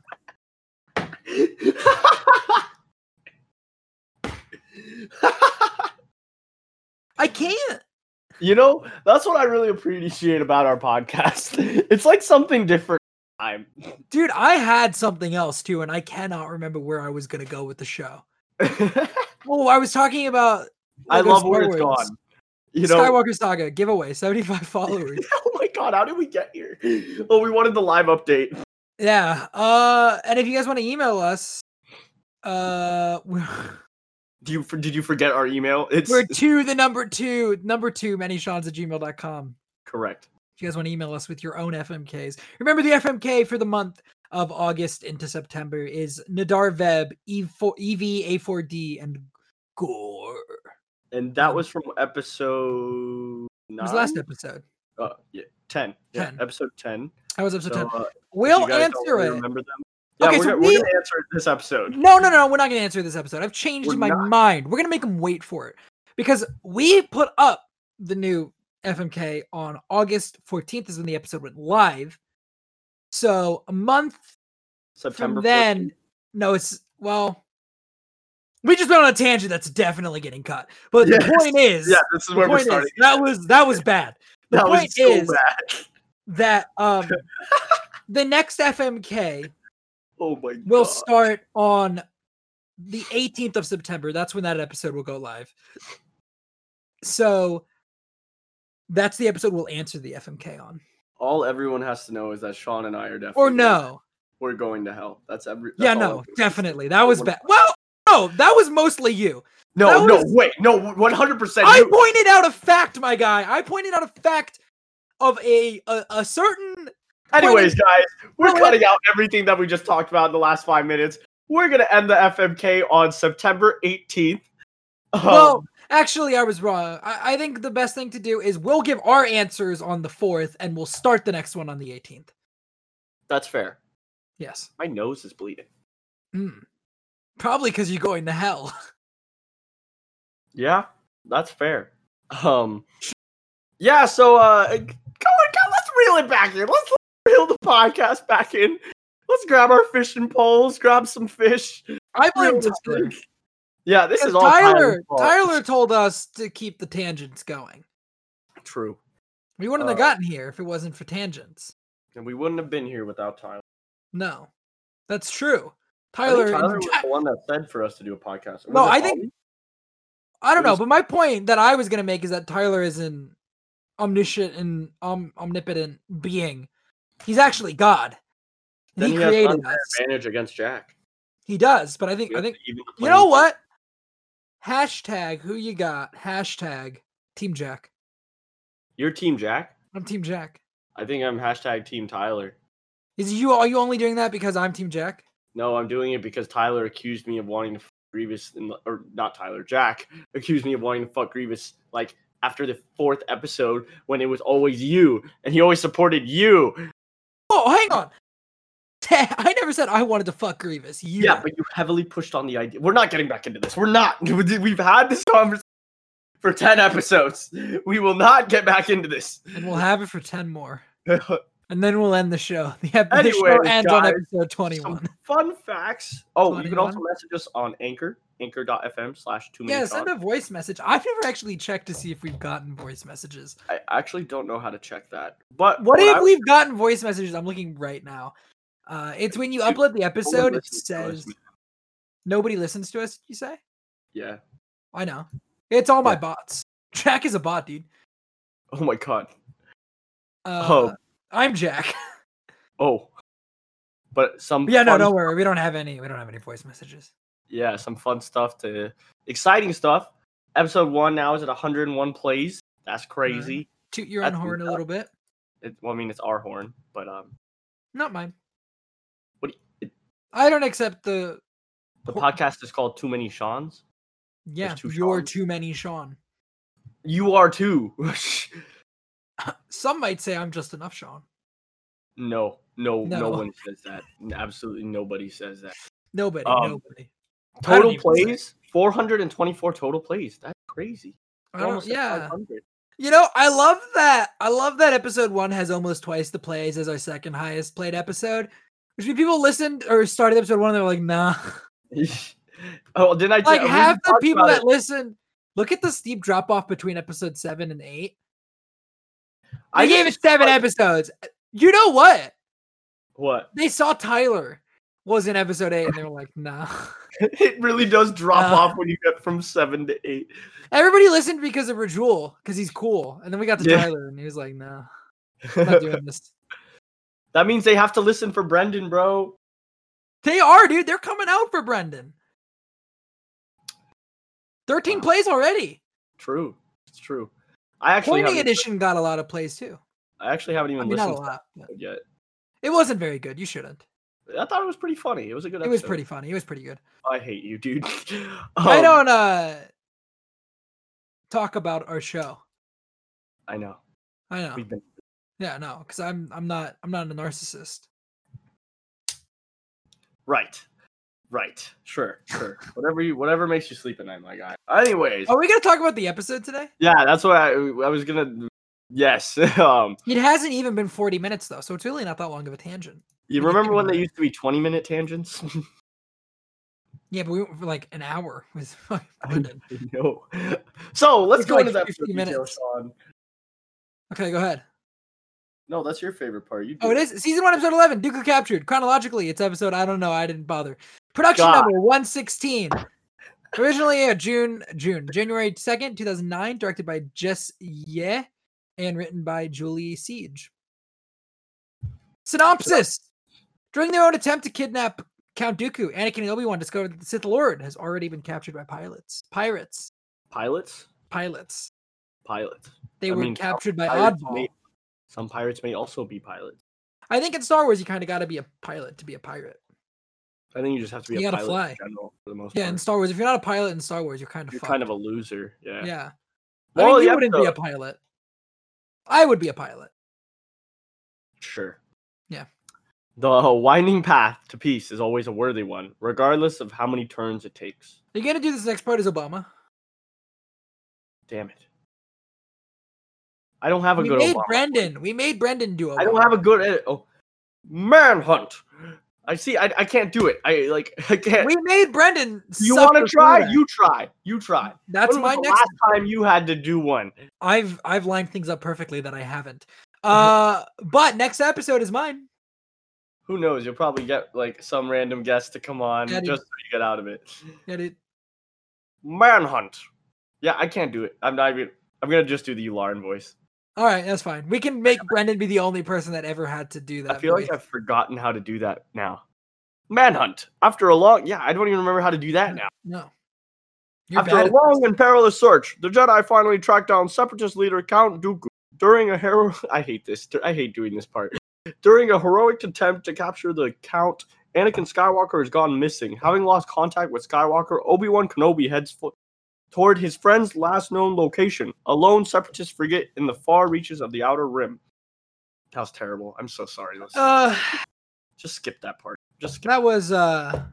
B: I can't.
A: you know, that's what I really appreciate about our podcast. It's like something different. I'm
B: Dude, I had something else too, and I cannot remember where I was gonna go with the show. Oh, I was talking about
A: I
B: Lego
A: love
B: Star
A: where it's
B: Wars,
A: gone. You know,
B: Skywalker Saga giveaway, 75 followers.
A: oh my god, how did we get here? Oh, we wanted the live update.
B: yeah. Uh and if you guys want to email us, uh we're-
A: Do you did you forget our email? It's
B: We're two, the number two, number two, manyshans at gmail.com.
A: correct.
B: If you guys want to email us with your own FMKs, remember the FMK for the month of August into September is Nadar Veb, E E4, EVA4D, and Gore.
A: And that
B: Um,
A: was from episode
B: It
A: nine.
B: was last episode.
A: Uh, yeah, ten. Yeah,
B: 10.
A: episode ten.
B: That was episode
A: So,
B: 10.
A: uh, if you
B: We'll
A: guys don't
B: answer
A: really
B: it.
A: Remember them? Yeah,
B: Okay,
A: we're,
B: so
A: gonna,
B: we-
A: we're gonna answer it this episode.
B: No, no, no, we're not going to answer this episode. I've changed
A: We're
B: my
A: not.
B: mind. We're going to make them wait for it because we put up the new FMK on August 14th, is when the episode went live. So a month
A: September.
B: from then,
A: 14th.
B: no, it's well, we just went on a tangent that's definitely getting cut. But the point is,
A: yeah, this is
B: the
A: where we're
B: point is,
A: starting.
B: that was that was bad. The
A: that
B: point
A: was so
B: is
A: bad.
B: that um, the next FMK
A: Oh my god.
B: will start on the 18th of September. That's when that episode will go live. So that's the episode we'll answer the FMK on.
A: all everyone has to know is that Sean and I are definitely
B: Or no.
A: We're going to hell. That's every.
B: Yeah,
A: that's all
B: no,
A: everyone-
B: definitely. That was bad. Well, no, that was mostly you.
A: No,
B: That
A: no,
B: was-
A: wait, no, one hundred percent.
B: I pointed out a fact, my guy. I pointed out a fact of a a, a certain
A: Anyways, guys, we're
B: Well,
A: cutting out everything that we just talked about in the last five minutes. We're gonna end the FMK on September eighteenth. Um, Oh.
B: Well, actually, I was wrong. I, I think the best thing to do is we'll give our answers on the fourth, and we'll start the next one on the eighteenth.
A: that's fair.
B: Yes,
A: My nose is bleeding.
B: Mm. probably because you're going to hell.
A: Yeah, that's fair. Um, yeah. So, uh, go on, go- let's reel it back in. Let's, let's reel the podcast back in. Let's grab our fishing poles, grab some fish.
B: I blame
A: Real
B: Tyler.
A: estate. Yeah, this
B: because
A: is all
B: Tyler.
A: Tyler's fault.
B: Tyler told us to keep the tangents going.
A: True,
B: We wouldn't have
A: Uh,
B: gotten here if it wasn't for tangents.
A: and we wouldn't have been here without Tyler.
B: No, that's true.
A: I think
B: Tyler.
A: Tyler was the one that said for us to do a podcast.
B: No,
A: Was it
B: I think-
A: Ollie?
B: I don't know,
A: was-
B: but my point that I was gonna make is that Tyler is an omniscient and om- omnipotent being. He's actually God. And
A: Then
B: he
A: he has
B: created
A: unfair
B: us.
A: advantage against Jack.
B: He does, but I think
A: We
B: I
A: have
B: think
A: to even the
B: you know
A: playing
B: what? Hashtag who you got? Hashtag Team Jack.
A: field. You're Team Jack.
B: I'm Team Jack.
A: I think I'm hashtag Team Tyler.
B: Is you are you only doing that because I'm Team Jack?
A: No, I'm doing it because Tyler accused me of wanting to fuck Grievous, in the, or not Tyler, Jack accused me of wanting to fuck Grievous like after the fourth episode when it was always you and he always supported you.
B: Oh, hang on. I never said I wanted to fuck Grievous. You
A: Yeah,
B: did.
A: but you heavily pushed on the idea. We're not getting back into this. We're not. We've had this conversation for 10 episodes. We will not get back into this.
B: and we'll have it for ten more. And then we'll end the show. The, ep- the show
A: Anyways,
B: ends on
A: guys,
B: episode twenty-one.
A: Some fun facts. Oh, you can
B: 21.
A: also message us on Anchor, anchor.fm slash two
B: Yeah,
A: minutes.
B: send a voice message. I've never actually checked to see if we've gotten voice messages.
A: I actually don't know how to check that. But
B: What
A: when
B: if
A: Uh, I-
B: we've gotten voice messages? I'm looking right now. Uh, it's when you
A: Dude,
B: upload the
A: no one
B: episode, it
A: listens to us,
B: says
A: man.
B: nobody listens to us. You say?
A: Yeah.
B: I know. It's all my
A: Yeah.
B: bots. Jack is a bot, dude.
A: Oh my god.
B: Uh,
A: Oh.
B: I'm Jack.
A: Oh. But some
B: yeah, no,
A: fun-
B: don't worry. We don't have any. We don't have any voice messages.
A: yeah, some fun stuff to exciting stuff. Episode one now is at 101 plays. That's crazy.
B: Toot your own
A: That's
B: horn a
A: enough.
B: little bit.
A: It, well, I mean, it's our horn, but um,
B: Not mine.
A: What do
B: I don't accept the.
A: the
B: Hor-
A: podcast is called Too Many Sean's.
B: Yeah,
A: two
B: you're
A: Seans.
B: too many, Sean.
A: You are too.
B: Some might say I'm just enough, Sean.
A: no, no, no,
B: No.
A: one says that. Absolutely nobody says that.
B: Nobody,
A: Um,
B: nobody. I don't
A: Total
B: even say-
A: plays 424 total plays. That's crazy.
B: I don't-
A: Almost at
B: yeah.
A: 500.
B: You know, I love that. I love that episode one has almost twice the plays as our second highest played episode. Which means people listened or started episode one and they're like, nah.
A: oh, didn't I t-
B: Like
A: we
B: half the
A: talked
B: people
A: about it.
B: that listened. Look at the steep drop off between episode seven and eight. I gave it
A: just-
B: seven episodes. You know what?
A: What?
B: They saw Tyler was in episode eight and they were like, nah.
A: it really does drop
B: Uh,
A: off when you get from seven to eight.
B: Everybody listened because of Rajul, because he's cool. And then we got to
A: Yeah.
B: Tyler and he was like, nah, I'm not doing this.
A: that means they have to listen for Brendan, bro.
B: They are, dude. They're coming out for Brendan. 13
A: Wow.
B: plays already.
A: True, it's true. I actually
B: Horny
A: haven't,
B: Edition got a lot of plays too.
A: I actually haven't even
B: I mean, not a
A: listened to
B: lot. but
A: it yet.
B: It wasn't very good. You shouldn't.
A: I thought it was pretty funny. It was a good.
B: It was
A: episode.
B: pretty funny. It was pretty good.
A: I hate you, dude.
B: I
A: Um,
B: don't uh talk about our show.
A: I know.
B: I know.
A: We've been.
B: Yeah, no, because I'm I'm not I'm not a narcissist.
A: Right. Right. Sure. Sure. whatever you. Whatever makes you sleep at night, my guy. Anyways.
B: Are Oh, we gonna talk about the episode today?
A: Yeah, that's what I. I was gonna. Yes. um.
B: It hasn't even been 40 minutes though, so it's really not that long of a
A: You
B: tangent. What do you
A: remember
B: think
A: when
B: about
A: they
B: it?
A: used to be twenty-minute tangents?
B: Yeah, but we went for like an hour with fucking Brendan.
A: no. So let's
B: It's
A: go
B: like
A: into that
B: 50
A: detail,
B: minutes.
A: Sean.
B: Okay, go ahead.
A: No, that's your favorite part. You do
B: Oh, it is season one, episode eleven. Dooku captured chronologically. It's episode I don't know. I didn't bother. Production
A: God.
B: number one sixteen. Originally uh, June June January second two thousand nine. Directed by Jess Ye, and written by Julie Siege. Synopsis: During their own attempt to kidnap Count Dooku, Anakin and Obi Wan discover that the Sith Lord has already been captured by pilots. Pirates.
A: Pilots?
B: Pilots.
A: Pilots. I
B: They were
A: mean, some
B: captured by
A: Pirates
B: Oddball.
A: may- some pirates may also be pilots.
B: I think in Star Wars you kind of got to be a pilot to be a pirate.
A: I think you just have to be
B: You
A: a
B: gotta
A: pilot
B: fly.
A: in general for the most
B: Yeah, in
A: part.
B: Star Wars, if you're not a pilot in Star Wars, you're kind of
A: You're
B: fucked.
A: kind of a loser. Yeah.
B: yeah. I
A: Moral
B: mean,
A: of
B: you
A: the
B: wouldn't be a
A: episode-
B: pilot. I would be a pilot.
A: Sure.
B: Yeah.
A: The winding path to peace is always a worthy one, regardless of how many turns it takes.
B: You're gonna do this next part as Obama.
A: Damn it. I don't have a
B: we
A: good
B: made
A: Obama.
B: Brendan. We made Brendan do Obama.
A: I don't have a good edit. Oh, manhunt. I see. I, I can't do it. I like. I can't.
B: We made Brendan.
A: you
B: suffer
A: want to
B: through
A: try?
B: that.
A: You try. You try.
B: That's
A: When was
B: my
A: the
B: next.
A: last time you had to do one.
B: I've I've lined things up perfectly that I haven't.
A: Mm-hmm.
B: Uh, but next episode is mine.
A: Who knows? You'll probably get like some random guest to come on
B: Yeah, dude.
A: just so you get out of it.
B: Yeah, dude.
A: Manhunt. Yeah, I can't do it. I'm not even. I'm gonna just do the Ularn voice.
B: All right, that's fine. We can make Brendan be the only person that ever had to do that.
A: I feel like
B: voice.
A: I've forgotten how to do that now. Manhunt. After a long, yeah, I don't even remember how to do that now.
B: no. You're
A: After
B: bad
A: a
B: at this.
A: long and perilous search, the Jedi finally tracked down Separatist leader Count Dooku during a hero. I hate this. I hate doing this part. During a heroic attempt to capture the Count, Anakin Skywalker has gone missing. Having lost contact with Skywalker, Obi Wan Kenobi heads fo- toward his friend's last known location, a lone Separatist frigate in the far reaches of the Outer Rim. That was terrible. I'm so sorry. Let's
B: Uh,
A: just skip that part. Just skip.
B: that was uh.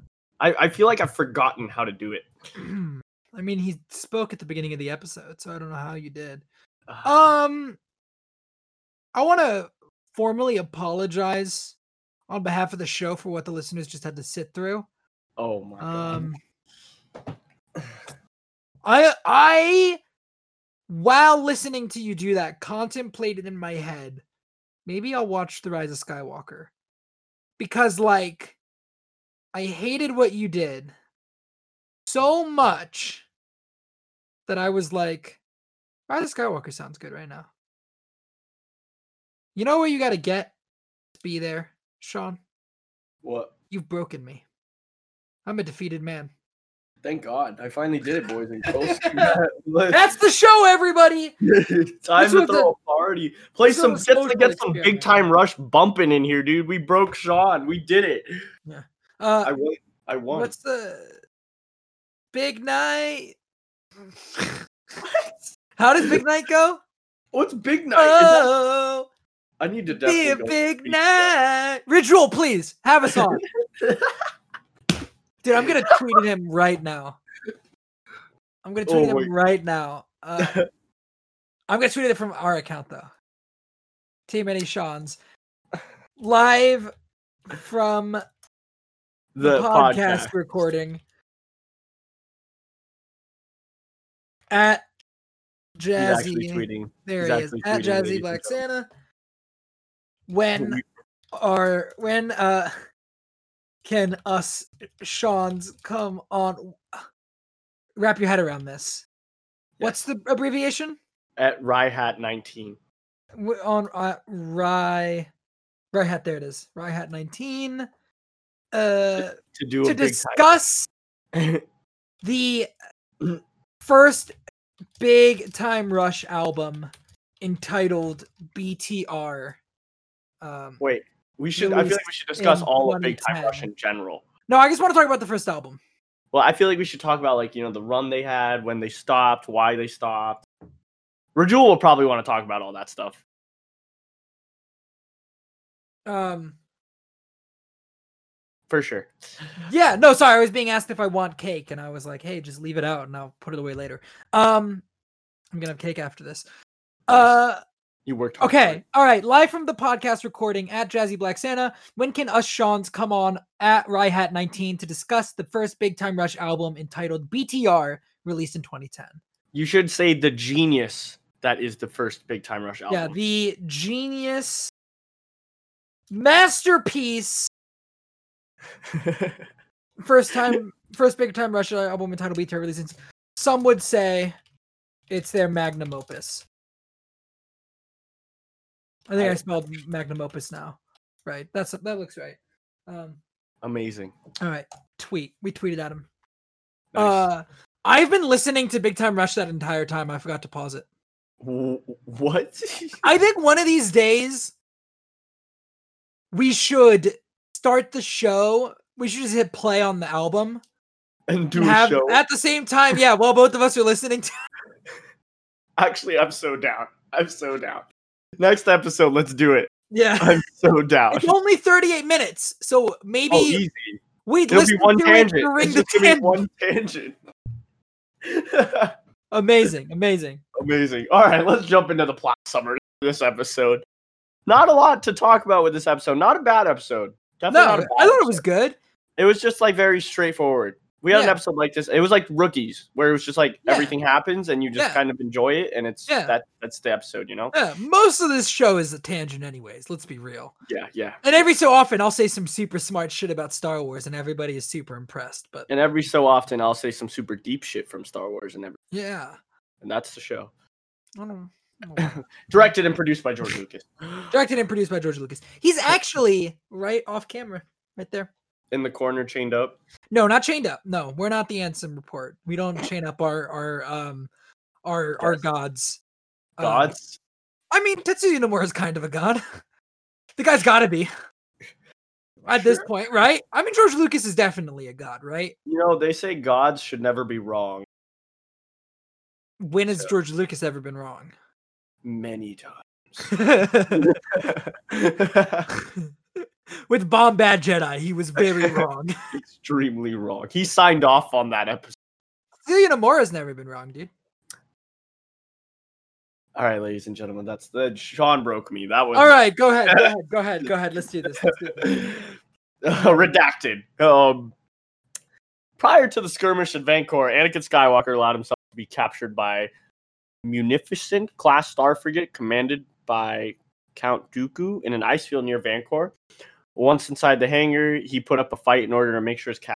A: I, I feel like I've forgotten how to do it.
B: I mean, he spoke at the beginning of the episode, so I don't know how you did.
A: Ugh.
B: Um, I want to formally apologize on behalf of the show for what the listeners just had to sit through.
A: oh my god.
B: Um, I I while listening to you do that, contemplated in my head, maybe I'll watch The Rise of Skywalker because like I hated what you did so much that I was like, Rise of Skywalker sounds good right now. You know where you got to get to be there, Sean?
A: What?
B: You've broken me. I'm a defeated man.
A: Thank God, I finally did it, boys and girls.
B: That's the show, everybody.
A: time
B: This
A: to
B: was
A: throw a party. Play
B: this
A: some.
B: was
A: Get,
B: social
A: get some big
B: experiment.
A: time rush bumping in here, dude. We broke Sean. We did it. I
B: Uh,
A: won. I won.
B: what's the big night? How does big night go?
A: What's Oh, big night? Is that-
B: Oh,
A: I need to
B: be
A: definitely
B: a
A: go
B: big
A: speak.
B: night. Ritual, please have a song. Dude, I'm gonna tweet at him right now. I'm gonna tweet
A: Oh
B: at him
A: my-
B: right now. Uh, I'm gonna tweet it from our account though. Team Any Sean's live from
A: the, podcast.
B: recording at
A: He's actually
B: Jazzy.
A: tweeting.
B: There
A: he's
B: he is
A: actually
B: at
A: tweeting the
B: Jazzy
A: video
B: Black
A: show.
B: Santa. When are when uh can us Sean's come on? Wrap your head around this. What's the abbreviation?
A: At Ryhat nineteen.
B: w- on uh, Rye Rye Hat. There it is. Rye Hat 19. Uh,
A: To do
B: to
A: a big time.
B: discuss the uh, first big time rush album entitled BTR. Um,
A: Wait, we should. I feel like we should discuss
B: in
A: all of big time rush
B: 2010.
A: in general.
B: no, I just want to talk about the first album.
A: Well, I feel like we should talk about like you know the run they had, when they stopped, why they stopped. Rajul will probably want to talk about all that stuff.
B: Um,
A: for sure.
B: yeah, no, sorry, I was being asked if I want cake, and I was like, hey, just leave it out, and I'll put it away later. Um, I'm gonna have cake after this. Uh.
A: You worked hard for
B: Okay.
A: it.
B: All right. Live from the podcast recording at Jazzy Black Santa. When can us Sean's come on at Ryhat 19 to discuss the first Big Time Rush album entitled BTR, released in 2010?
A: You should say the genius that is the first big time rush album.
B: Yeah, the genius masterpiece. First time, first big time Russia album entitled "Beat Terror" releases. Some would say it's their magnum opus. I think I,
A: I-
B: spelled magnum opus now. Right. That's that looks right. Um,
A: Amazing.
B: all right. Tweet. We tweeted at him.
A: Nice.
B: Uh, I've been listening to Big Time Rush that entire time. I forgot to pause it.
A: W- what?
B: I think one of these days we should start the show. We should just hit play on the album.
A: and do
B: and
A: a
B: have-
A: show.
B: At the same time, yeah, while both of us are listening to
A: Actually, I'm so down. I'm so down. Next episode, let's do it.
B: Yeah.
A: I'm so down.
B: It's only 38 minutes. So maybe
A: Oh, easy.
B: we'd
A: It'll
B: listen
A: be one
B: to
A: tangent.
B: it during
A: It's
B: the
A: just gonna be
B: tangent.
A: one tangent.
B: Amazing. Amazing.
A: Amazing. All right, let's jump into the plot summary of this episode. Not a lot to talk about with this episode. Not a bad episode. Definitely
B: No, I
A: not a
B: thought
A: bad
B: it was good.
A: it was just like very straightforward. We had an
B: Yeah.
A: episode like this. It was like rookies, where it was just like
B: Yeah.
A: everything happens and you just
B: Yeah.
A: kind of enjoy it, and it's
B: Yeah.
A: that that's the episode, you know?
B: Yeah, most of this show is a tangent, anyways. Let's be real.
A: Yeah, yeah.
B: And every so often, I'll say some super smart shit about Star Wars, and everybody is super impressed. But
A: And every so often, I'll say some super deep shit from Star Wars, and every,
B: yeah,
A: and that's the show.
B: I don't know.
A: Directed and produced by George Lucas
B: Directed and produced by George Lucas. He's actually right off camera, right there.
A: in the corner, chained up.
B: No, not chained up. No, we're not the Anson report. We don't chain up our our um our our gods. Um,
A: Gods.
B: I mean, Tetsuya Nomura is kind of a god. the guy's got to be at this
A: Sure.
B: point, right? I mean, George Lucas is definitely a god, right?
A: You know, they say gods should never be wrong.
B: When has
A: So-
B: George Lucas ever been wrong?
A: Many times.
B: With Bombad Jedi, he was very wrong.
A: Extremely wrong. He signed off on that episode.
B: Tetsuya Nomura's never been wrong, dude.
A: All right, ladies and gentlemen, that's the Sean broke me. That was
B: All right, go ahead, go ahead, go ahead, go ahead. Let's do this. Let's do this.
A: redacted. Um, prior to the skirmish at Vancor, Anakin Skywalker allowed himself to be captured by munificent class star frigate commanded by Count Dooku in an ice field near Vancor. Once inside the hangar, he put up a fight in order to make sure his capture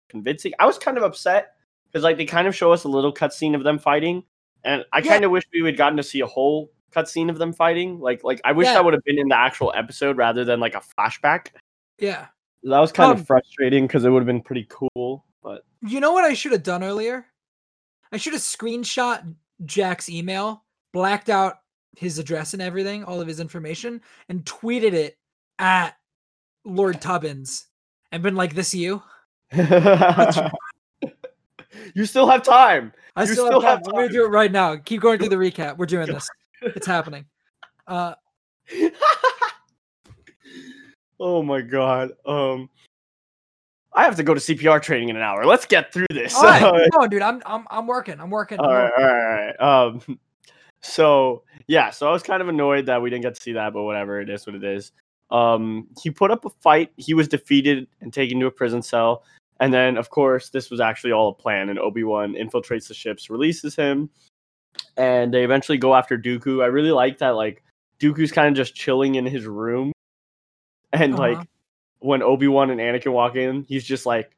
A: was convincing. I was kind of upset because like they kind of show us a little cutscene of them fighting, and I
B: Yeah.
A: kind of wish we would gotten to see a whole cutscene of them fighting. Like like I wish
B: Yeah.
A: that would have been in the actual episode rather than like a flashback.
B: Yeah.
A: That was kind
B: Um,
A: of frustrating because it would have been pretty cool, but
B: You know what I should have done earlier? I should have screenshot Jack's email, blacked out his address and everything, all of his information, and tweeted it at Lord Tubbins and been like, "This you?
A: you still have time.
B: I
A: You
B: still,
A: still
B: have, time.
A: have
B: I'm gonna
A: time.
B: do it right now. Keep going through the recap. We're doing this. It's happening." Uh,
A: oh my god. Um I have to go to CPR training in an hour. Let's get through this.
B: all right, come on, dude. I'm I'm I'm working. I'm working. I'm
A: all right,
B: working.
A: all right, all right. Um, so yeah, so I was kind of annoyed that we didn't get to see that, but whatever, it is what it is. Um, he put up a fight. He was defeated and taken to a prison cell, and then of course this was actually all a plan. And Obi Wan infiltrates the ships, releases him, and they eventually go after Dooku. I really like that. Like Dooku's kind of just chilling in his room, and
B: Uh-huh.
A: like when Obi Wan and Anakin walk in, he's just like.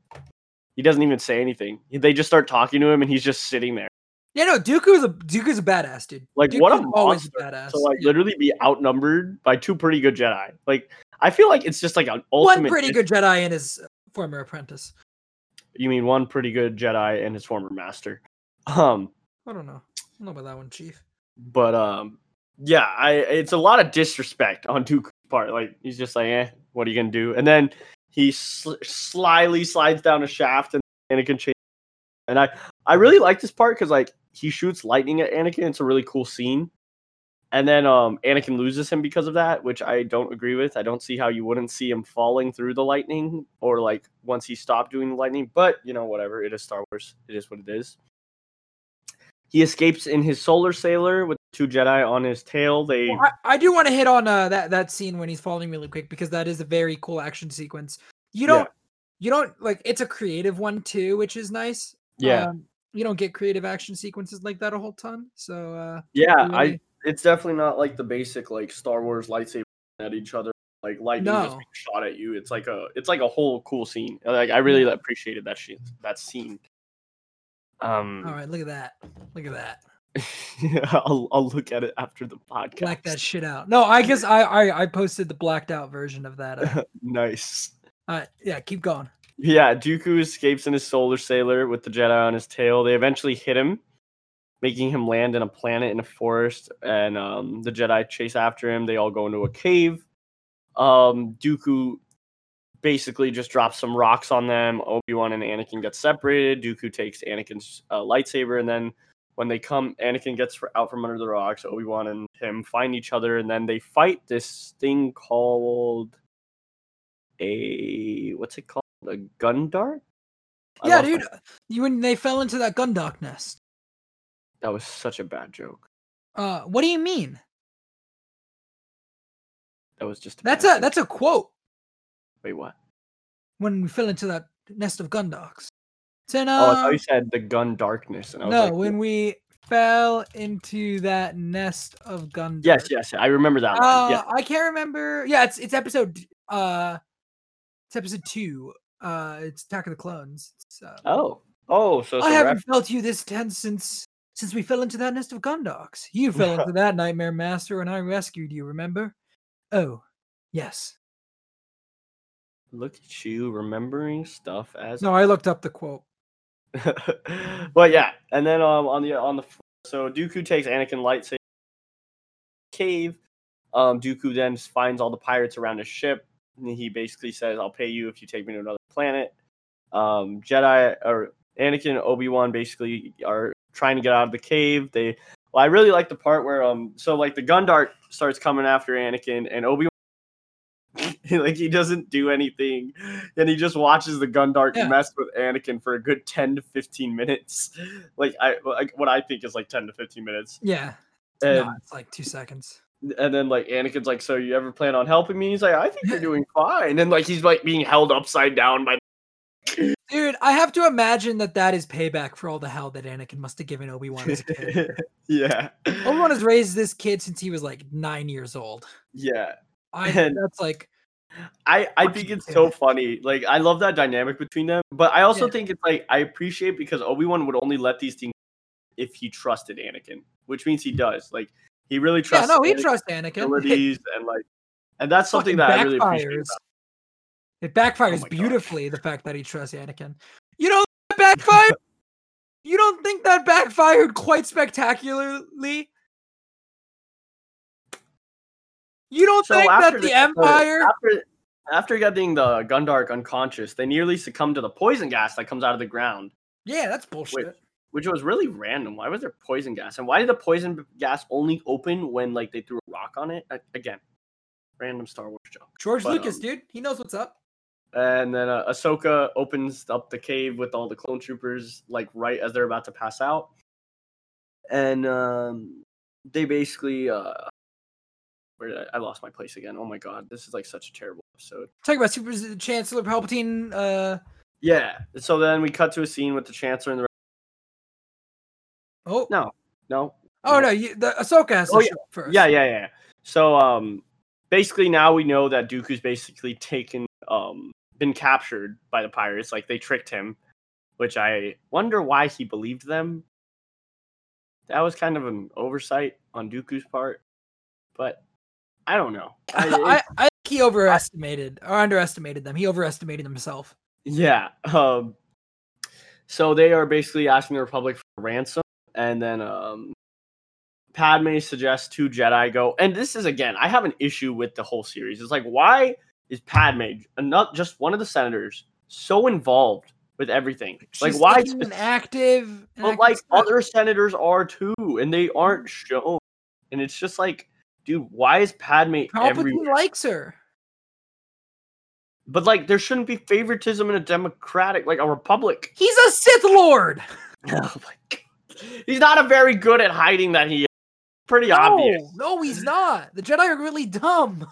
A: He doesn't even say anything. They just start talking to him, and he's just sitting there.
B: Yeah, no, Dooku's a Dooku's a badass, dude.
A: Like, what a
B: Dooku's always a
A: monster.
B: badass.
A: So like
B: Yeah.
A: literally be outnumbered by two pretty good Jedi. Like I feel like it's just like an ultimate.
B: One pretty
A: dis-
B: good Jedi and his former apprentice.
A: You mean one pretty good Jedi and his former master? Um,
B: I don't know. I don't know about that one, Chief.
A: but um, yeah, I it's a lot of disrespect on Dooku's part. Like he's just like, eh, what are you gonna do? And then he sl- slyly slides down a shaft and Anakin chases. And I I really like this part because like he shoots lightning at Anakin. It's a really cool scene. And then um Anakin loses him because of that, which I don't agree with. I don't see how you wouldn't see him falling through the lightning or like once he stopped doing the lightning, but you know, whatever. It is Star Wars. It is what it is. He escapes in his solar sailor with two Jedi on his tail. They
B: Well, I, I do want to hit on uh, that that scene when he's falling really quick because that is a very cool action sequence. You
A: Yeah.
B: don't, you don't like it's a creative one too, which is nice.
A: Yeah.
B: Um, you don't get creative action sequences like that a whole ton. So uh,
A: Yeah,
B: you
A: I
B: really-
A: it's definitely not like the basic like Star Wars lightsaber at each other like lightning just
B: No.
A: being shot at you. It's like a it's like a whole cool scene. Like I really appreciated that shit that scene. Um,
B: All right, look at that. Look at that.
A: I'll I'll look at it after the podcast.
B: Black that shit out. No, I guess I I, I posted the blacked out version of that. Uh,
A: nice.
B: uh, yeah, keep going.
A: Yeah, Dooku escapes in his solar sailor with the Jedi on his tail. They eventually hit him, making him land in a planet in a forest, and um, the Jedi chase after him. They all go into a cave. Um, Dooku basically just drops some rocks on them. Obi Wan and Anakin get separated. Dooku takes Anakin's uh, lightsaber, and then when they come, Anakin gets fr- out from under the rocks. Obi Wan and him find each other, and then they fight this thing called a what's it called? A gun dart? I
B: yeah,
A: lost my-
B: dude, you when they fell into that gundark nest.
A: that was such a bad joke.
B: Uh, what do you mean?
A: That was just.
B: That's
A: bad
B: a
A: joke.
B: that's a quote.
A: Wait, what?
B: When we fell into that nest of gundarks. Then,
A: oh, I thought
B: um,
A: you said the gun darkness, and I was
B: no,
A: like,
B: when we fell into that nest of gundarks.
A: Yes, yes, I remember that.
B: Uh,
A: one. Yeah,
B: I can't remember. Yeah, it's it's episode uh, it's episode two. Uh, it's Attack of the Clones. It's, uh,
A: Oh, oh, so it's
B: I
A: a
B: haven't
A: ref-
B: felt you this tense since since we fell into that nest of gundogs. You fell into that nightmare master when I rescued you, remember? Oh, yes.
A: Look at you remembering stuff as.
B: No, I looked up the quote.
A: but yeah, and then um on the on the f- so Dooku takes Anakin lightsaber cave. Um, Dooku then finds all the pirates around his ship. And he basically says, "I'll pay you if you take me to another planet." Um, Jedi or Anakin, Obi Wan basically are trying to get out of the cave. They, well, I really like the part where um, so like the gun dart starts coming after Anakin, and Obi Wan, like he doesn't do anything, and he just watches the gun dart
B: Yeah.
A: mess with Anakin for a good ten to fifteen minutes. Like I, like what I think is like ten to fifteen minutes,
B: Yeah,
A: and
B: no, it's like two seconds.
A: and then like Anakin's like, "So you ever plan on helping me?" He's like, "I think you're doing fine." And like he's like being held upside down by.
B: Dude, I have to imagine that that is payback for all the hell that Anakin must have given Obi Wan as a kid.
A: yeah.
B: Obi Wan has raised this kid since he was like nine years old.
A: Yeah.
B: I
A: And-
B: that's like
A: I I think it's so funny. Like I love that dynamic between them, but I also
B: Yeah.
A: think it's like I appreciate because Obi Wan would only let these things if he trusted Anakin, which means he does. Like he really
B: yeah,
A: trusts.
B: no, he
A: Anakin's
B: trusts Anakin. It
A: abilities and like, and that's something
B: fucking
A: that I really appreciate.
B: backfires.
A: about Oh
B: It backfires
A: my gosh.
B: beautifully the fact that he trusts Anakin. You don't think that backfire. you don't think that backfired quite spectacularly? You don't
A: So
B: think
A: after
B: that the
A: this episode-
B: Empire?
A: after after getting the Gundark unconscious, they nearly succumbed to the poison gas that comes out of the ground,
B: yeah, that's bullshit.
A: which was really random. Why was there poison gas, and why did the poison b- gas only open when like they threw a rock on it? A- Again, random Star Wars joke.
B: George
A: but,
B: Lucas,
A: um,
B: dude, he knows what's up.
A: And then uh, Ahsoka opens up the cave with all the clone troopers, like right as they're about to pass out. And um, they basically, uh, where did I, I lost my place again. Oh my god, this is like such a terrible episode.
B: Talking about Super Chancellor Palpatine. Uh
A: Yeah. So then we cut to a scene with the Chancellor and the
B: oh.
A: No. no.
B: Oh
A: no.
B: no, you, the Ahsoka has to
A: Oh,
B: show up first.
A: Yeah, yeah, yeah. So um, basically now we know that Dooku's basically taken um been captured by the pirates. Like they tricked him, which I wonder why he believed them. That was kind of an oversight on Dooku's part, but I don't know. I, it-
B: I, I think he overestimated or underestimated them. He overestimated himself.
A: Yeah. Um, so they are basically asking the Republic for a ransom, and then um, Padme suggests two Jedi go. And this is again, I have an issue with the whole series. It's like, why is Padme, not just one of the senators, so involved with everything?
B: She's
A: like, why?
B: taking an active, an
A: but
B: active
A: like
B: step.
A: other senators are too, and they aren't shown. And it's just like, dude, why is Padme everywhere?
B: Palpatine likes her.
A: But like, there shouldn't be favoritism in a democratic, like a republic.
B: He's a Sith Lord.
A: Oh my god. He's not a very good at hiding that he is. Pretty obvious.
B: No, no, he's not. The Jedi are really dumb.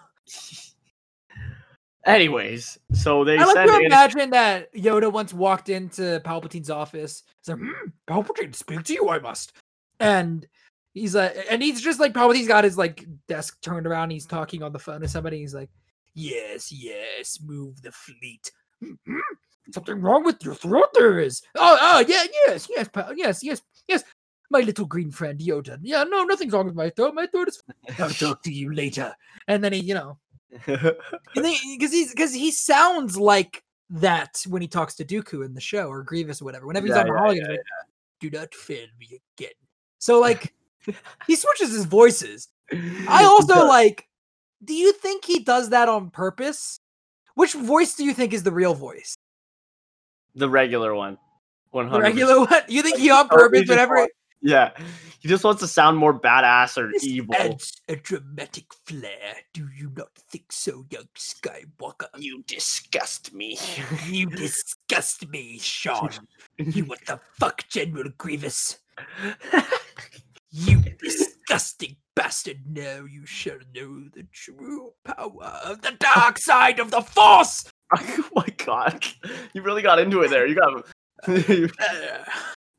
A: Anyways, so they
B: I like
A: send
B: to
A: Anakin.
B: imagine that Yoda once walked into Palpatine's office. He's like, "Hmm, Palpatine, speak to you, I must. And he's like, and he's just like, Palpatine's got his like desk turned around. He's talking on the phone to somebody. He's like, Yes, yes, move the fleet. "Mhm. Something wrong with your throat there is. Oh, oh, yeah, yes, yes, pal. Yes, yes, yes. My little green friend Yoda. Yeah, no, nothing's wrong with my throat. My throat is. I'll talk to you later. And then he, you know, because he's because he sounds like that when he talks to Dooku in the show or Grievous or whatever. Whenever he's
A: Yeah,
B: on the
A: yeah,
B: hologram,
A: yeah,
B: he's like, do not fail me again. So like, he switches his voices. I also like. Do you think he does that on purpose? Which voice do you think is the real voice?
A: the regular one. One
B: The
A: hundred
B: regular one? You think he on
A: totally
B: purpose?
A: just
B: Whenever
A: wants Yeah, he just wants to sound more badass or
B: This
A: evil.
B: adds a dramatic flair, do you not think so, young Skywalker?
A: You disgust me.
B: You disgust me, Sean. You what the fuck, General Grievous? You disgusting bastard! Now you shall know the true power of the dark side of the Force.
A: oh my god, you really got into it there. You got. you,
B: Uh,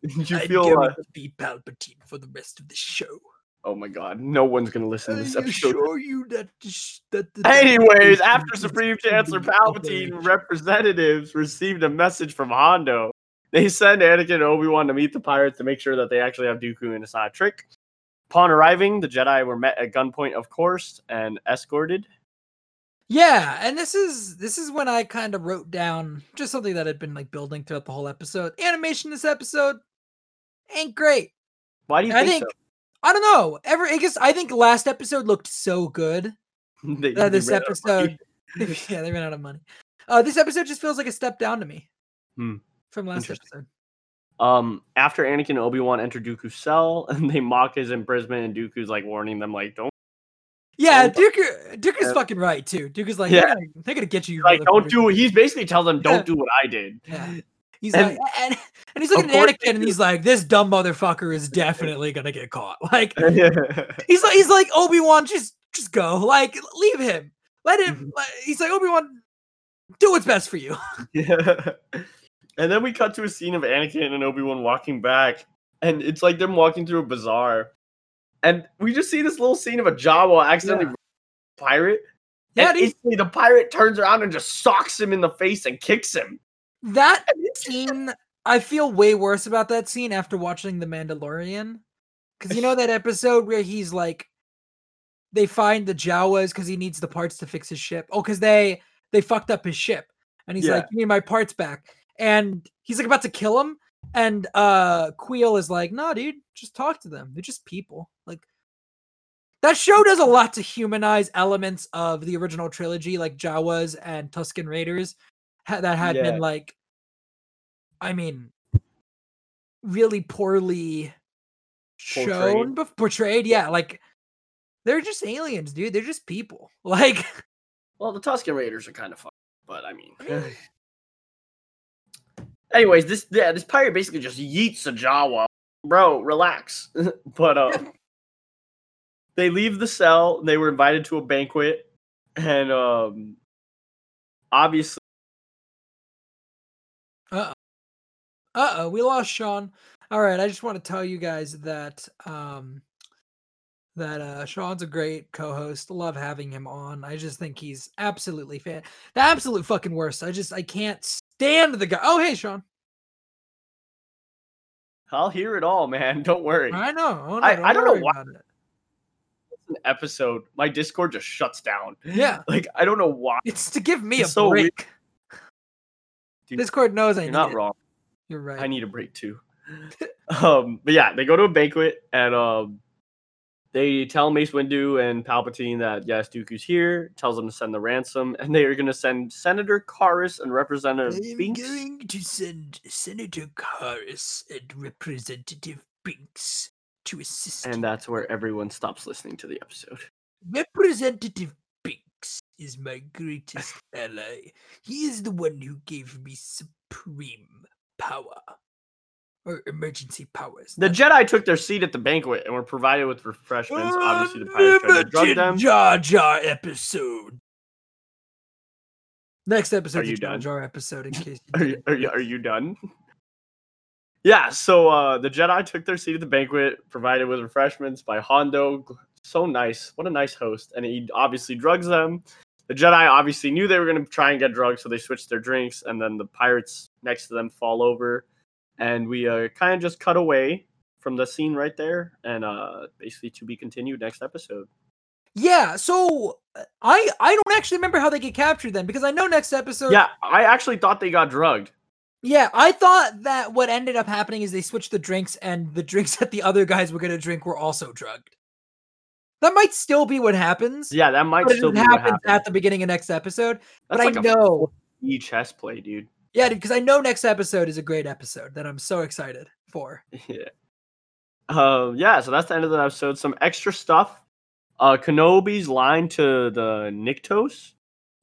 A: you
B: I'm
A: feel.
B: going
A: Uh,
B: to be Palpatine for the rest of the show.
A: oh my god, no one's gonna
B: Are
A: listen to this
B: you
A: episode.
B: sure you that, sh- that the
A: Anyways, after
B: Palpatine
A: Supreme
B: is
A: Chancellor
B: truly awake?
A: Palpatine representatives received a message from Hondo, they send Anakin and Obi Wan to meet the pirates to make sure that they actually have Dooku and it's not a trick. Upon arriving, the Jedi were met at gunpoint, of course, and escorted.
B: Yeah, and this is this is when I kind of wrote down just something that had been like building throughout the whole episode. Animation this episode ain't great.
A: Why do you
B: I
A: think,
B: think I don't know. Ever I guess I think last episode looked so good
A: so? They-
B: that
A: they
B: this
A: ran out of money.
B: episode Yeah, they ran out of money. Uh this episode just feels like a step down to me.
A: Hmm.
B: From last
A: Interesting.
B: episode.
A: Um, after Anakin and Obi Wan enter Dooku's cell, and they mock his imprisonment, and Dooku's like warning them, like, "Don't
B: Yeah,
A: Don't-
B: Duke Duke is
A: Yeah.
B: fucking right too. Duke is like,
A: Yeah.
B: they're, gonna, they're gonna get you.
A: like, don't
B: motherfucker."
A: do." He's basically telling them,
B: Yeah.
A: "Don't do what I did."
B: Yeah. He's
A: And-
B: like, and, and he's
A: Of
B: looking at
A: course they
B: Anakin and
A: do.
B: he's like, this dumb motherfucker is definitely gonna get caught. Like he's like he's like Obi Wan, just just go, like leave him, let him. let- He's like Obi Wan, do what's best for you.
A: Yeah. And then we cut to a scene of Anakin and Obi Wan walking back, and it's like them walking through a bazaar, and we just see this little scene of a Jawa accidentally
B: Yeah.
A: r- pirate.
B: Yeah,
A: and
B: dude.
A: instantly the pirate turns around and just socks him in the face and kicks him.
B: That scene, I feel way worse about that scene after watching The Mandalorian, because you know that episode where he's like, they find the Jawas because he needs the parts to fix his ship. Oh, because they they fucked up his ship, and he's
A: Yeah.
B: like, give me my parts back, and he's like about to kill him. And uh Queel is like, nah, dude, just talk to them. They're just people. Like that show does a lot to humanize elements of the original trilogy, like Jawas and Tuscan Raiders, ha- that had
A: Yeah.
B: been like, I mean, really poorly shown, bef- portrayed. Yeah, like they're just aliens, dude. They're just people. Like,
A: Well, the Tusken Raiders are kind of fun, but I mean.
B: Really?
A: Anyways, this yeah, this pirate basically just yeets a Jawa. Bro, relax. but uh, they leave the cell. They were invited to a banquet, and um, obviously,
B: uh oh, we lost Sean. All right, I just want to tell you guys that um that uh Sean's a great co-host. Love having him on. I just think he's absolutely fan the absolute fucking worst. I just I can't stand the guy. Oh hey Sean.
A: I'll hear it all, man. Don't worry.
B: I know. Oh, no,
A: I- I don't know
B: worry
A: why-
B: about it.
A: It's an episode, my Discord just shuts down.
B: Yeah.
A: Like I don't know why.
B: It's to give me
A: It's
B: a
A: so weird.
B: break.
A: Dude,
B: Discord knows I
A: You're
B: need
A: not
B: it.
A: wrong.
B: You're right.
A: I need a break too. um, but yeah, they go to a banquet and um, they tell Mace Windu and Palpatine that yes, Dooku's here. Tells them to send the ransom, and they are going to send Senator Karis and Representative
B: I'm
A: Binks.
B: going to send Senator Harris and Representative Binks to assist.
A: And
B: you.
A: that's where everyone stops listening to the episode.
B: Representative Binks is my greatest ally. He is the one who gave me supreme power. Or emergency powers.
A: The
B: that's-
A: Jedi took their seat at the banquet and were provided with refreshments. Obviously, the pirates tried to drug
B: Unlimited
A: them.
B: Jar Jar episode. Next episode,
A: you
B: the Jar
A: done?
B: Jar episode. In case you
A: Are you,
B: didn't
A: are you, are you done? Yeah, so uh, the Jedi took their seat at the banquet, provided with refreshments by Hondo. G- So nice. What a nice host. And he obviously drugs them. The Jedi obviously knew they were going to try and get drugs, so they switched their drinks, and then the pirates next to them fall over, and we uh, kind of just cut away from the scene right there, and uh, basically to be continued next episode.
B: Yeah, so uh, I I don't actually remember how they get captured then because I know next episode.
A: Yeah, I actually thought they got drugged.
B: yeah, I thought that what ended up happening is they switched the drinks and the drinks that the other guys were gonna drink were also drugged. That might still be what happens.
A: Yeah, that might
B: but
A: still
B: it
A: be what
B: happens
A: happened.
B: at the beginning of next episode. but
A: That's like
B: I
A: a
B: know,
A: E chess play, dude.
B: yeah, because I know next episode is a great episode that I'm so excited for.
A: Yeah. Uh, yeah, so that's the end of the episode. Some extra stuff. Uh, Kenobi's line to the Nyctos,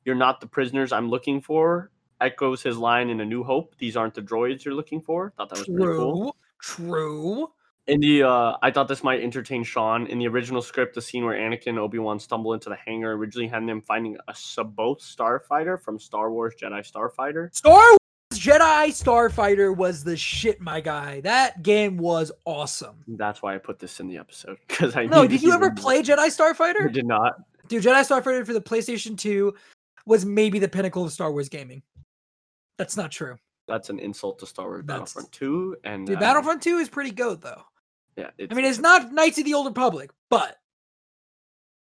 A: you're not the prisoners I'm looking for, echoes his line in A New Hope, these aren't the droids you're looking for. Thought that was
B: True,
A: pretty cool.
B: true.
A: In the, uh, I thought this might entertain Sean. In the original script, the scene where Anakin and Obi-Wan stumble into the hangar originally had them finding a Saboth starfighter from Star Wars Jedi Starfighter.
B: Star Wars Jedi Starfighter was the shit, my guy. That game was awesome.
A: That's why I put this in the episode because I
B: No,
A: needed
B: did
A: to
B: you ever
A: remember.
B: play Jedi
A: I
B: Starfighter?
A: did not.
B: Dude, Jedi Starfighter for the PlayStation 2 was maybe the pinnacle of Star Wars gaming. That's not true.
A: that's an insult to Star Wars
B: That's-
A: Battlefront 2 and
B: Dude,
A: uh,
B: Battlefront 2 is pretty good though.
A: Yeah, it's,
B: I mean, it's not Knights of the Old Republic, but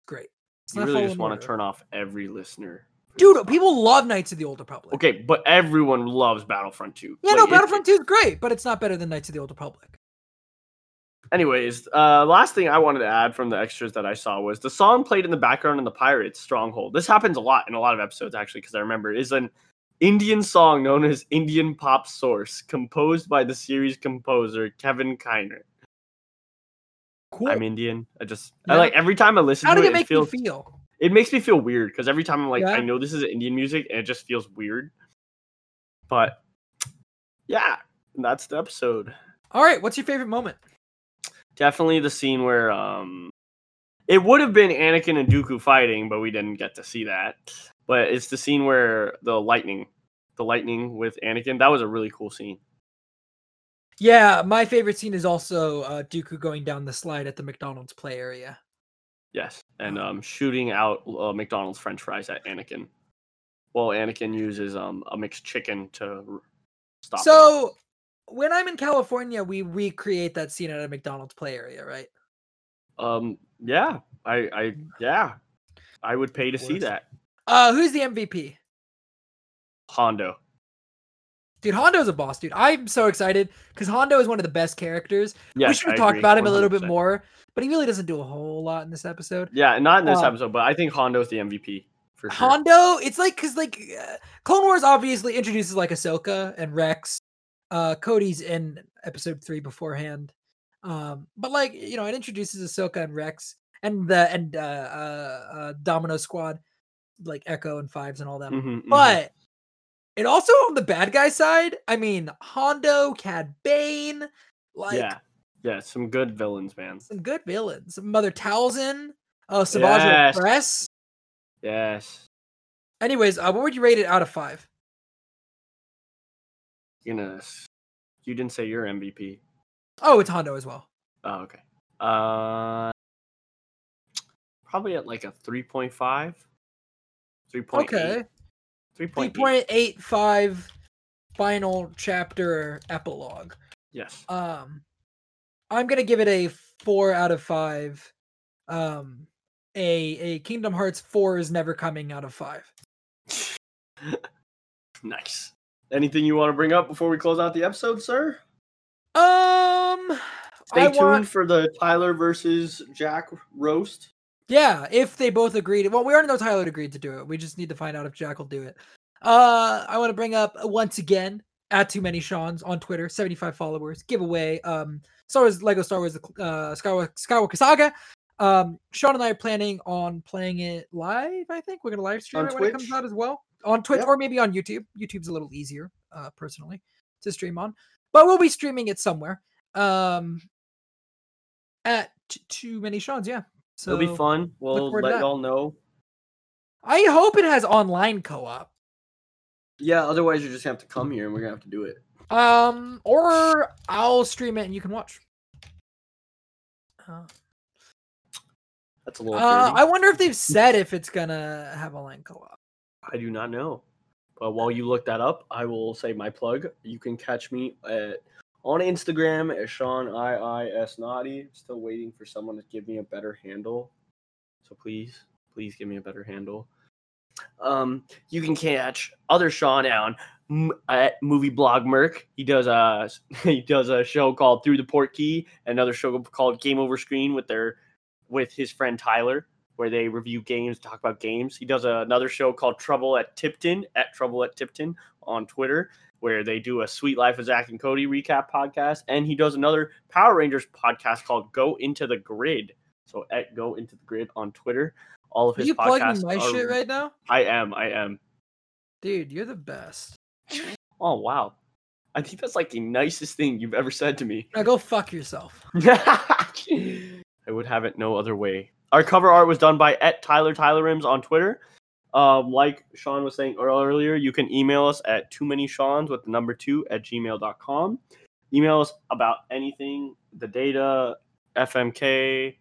B: great. It's
A: you
B: not
A: really just
B: Fallen
A: want
B: Order.
A: to turn off every listener.
B: Dude, people love Knights of the Old Republic.
A: Okay, but everyone loves Battlefront 2.
B: Yeah, no,
A: Like, it-
B: Battlefront 2 is great, but it's not better than Knights of the Old Republic.
A: Anyways, uh, last thing I wanted to add from the extras that I saw was the song played in the background in the Pirates Stronghold. This happens a lot in a lot of episodes actually, because I remember is an Indian song known as Indian Pop Source, composed by the series composer Kevin Kiner.
B: Cool.
A: I'm Indian. I just I
B: Yeah.
A: like every time I listen
B: How
A: to
B: did
A: it,
B: it make
A: it feels
B: you feel?
A: it makes me feel weird because every time I'm like,
B: Yeah.
A: I know this is Indian music, and it just feels weird. But yeah, that's the episode.
B: All right, what's your favorite moment?
A: Definitely the scene where um, it would have been Anakin and Dooku fighting, but we didn't get to see that. But it's the scene where the lightning, the lightning with Anakin, that was a really cool scene.
B: Yeah, my favorite scene is also uh, Dooku going down the slide at the McDonald's play area.
A: Yes, and um, shooting out uh, McDonald's French fries at Anakin, while Anakin uses um a mixed chicken to r- stop. him.
B: So when I'm in California, we recreate that scene at a McDonald's play area, right?
A: Um, yeah, I, I, yeah, I would pay to see
B: Worth.
A: that.
B: Uh, who's the MVP?
A: Hondo.
B: Dude, Hondo's a boss, dude. I'm so excited because Hondo is one of the best characters.
A: Yes,
B: we should
A: I
B: have talked
A: agree,
B: about him a little bit
A: 100%.
B: more, but he really doesn't do a whole lot in this episode.
A: Yeah, and not in this
B: Um,
A: episode, but I think Hondo's the MVP for sure.
B: Hondo, it's like because like uh, Clone Wars obviously introduces like Ahsoka and Rex. Uh, Cody's in episode three beforehand, um, but like you know, it introduces Ahsoka and Rex and the and uh, uh, uh, Domino Squad, like Echo and Fives and all them.
A: Mhm, mhm.
B: But it also on the bad guy side, I mean Hondo, Cad Bane, like
A: yeah, yeah, some good villains, man.
B: some good villains. Mother Talzin, uh, Savage
A: Yes.
B: Press.
A: Yes,
B: Anyways, uh, what would you rate it out of five?
A: you know, you didn't say your MVP.
B: Oh, it's Hondo as well.
A: Oh, okay. Uh, probably at like a 3.5, 3.8,
B: Okay.
A: 3.8.
B: 3.85 final chapter epilogue.
A: Yes.
B: Um I'm going to give it a 4 out of 5. Um a a Kingdom Hearts 4 is never coming out of 5.
A: Nice. Anything you want to bring up before we close out the episode, sir?
B: Um
A: Stay
B: I
A: tuned
B: want
A: for the Tyler versus Jack roast.
B: Yeah, if they both agreed. Well, we already know Tyler agreed to do it. We just need to find out if Jack will do it. Uh, I want to bring up uh, once again at too many Sean's on Twitter, seventy five followers, giveaway. Um, Star Wars Lego Star Wars the cl- uh, Skywalker, Skywalker Saga. Um, Sean and I are planning on playing it live. I think we're gonna live stream
A: On
B: it when it comes
A: Twitch?
B: out as well on Twitch
A: Yep.
B: or maybe on YouTube. YouTube's a little easier, uh, personally, to stream on. But we'll be streaming it somewhere. Um, at t- too many Sean's, yeah. So
A: It'll be fun. We'll
B: forward to
A: let
B: that.
A: y'all know.
B: I hope it has online co-op.
A: Yeah, otherwise you're just gonna have to come here and we're gonna have to do it.
B: Um, or I'll stream it and you can watch. Uh,
A: I That's a little.
B: Uh,
A: dirty.
B: I wonder if they've said if it's gonna have online co-op.
A: I do not know. But while you look that up, I will say my plug. You can catch me at on Instagram at Sean IIS Naughty. Still waiting for someone to give me a better handle. So please, please give me a better handle. Um, you can catch other Sean on m- at Movie Blog Merc. He does a he does a show called Through the Port Key, another show called Game Over Screen with their with his friend Tyler where they review games, talk about games. He does another show called Trouble at Tipton at Trouble at Tipton on Twitter, where they do a Sweet Life of Zach and Cody recap podcast. And he does another Power Rangers podcast called Go Into the Grid. So at Go Into the Grid on Twitter. All of
B: Are
A: his
B: you
A: podcasts.
B: plugging my
A: are-
B: shit right now,
A: I am. I am.
B: dude? You're the best.
A: Oh wow. I think that's like the nicest thing you've ever said to me.
B: Now go fuck yourself.
A: I would have it no other way. Our cover art was done by at Tyler Tylerims on Twitter. Um, like Sean was saying earlier, you can email us at too many Sean's with the number two at gmail.com. Email us about anything, the data, FMK.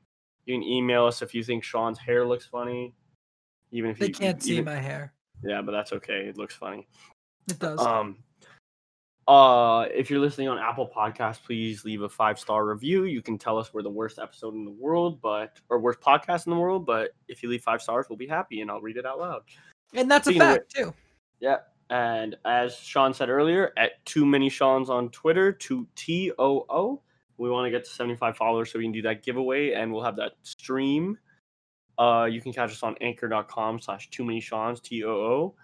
A: You can email us if you think Sean's hair looks funny. Even if
B: They
A: you
B: can't see
A: even-
B: my hair.
A: Yeah, but that's okay. It looks funny.
B: It does.
A: Um, uh, if you're listening on Apple Podcasts, please leave a five star review. You can tell us we're the worst episode in the world, but or worst podcast in the world. But if you leave five stars, we'll be happy, and I'll read it out loud.
B: and that's a
A: speaking of
B: fact too.
A: And as Sean said earlier, at too many Sean's on Twitter, to T O O. We want to get to 75 followers so we can do that giveaway, and we'll have that stream. Uh, you can catch us on anchor.com slash too many Sean's, T O O.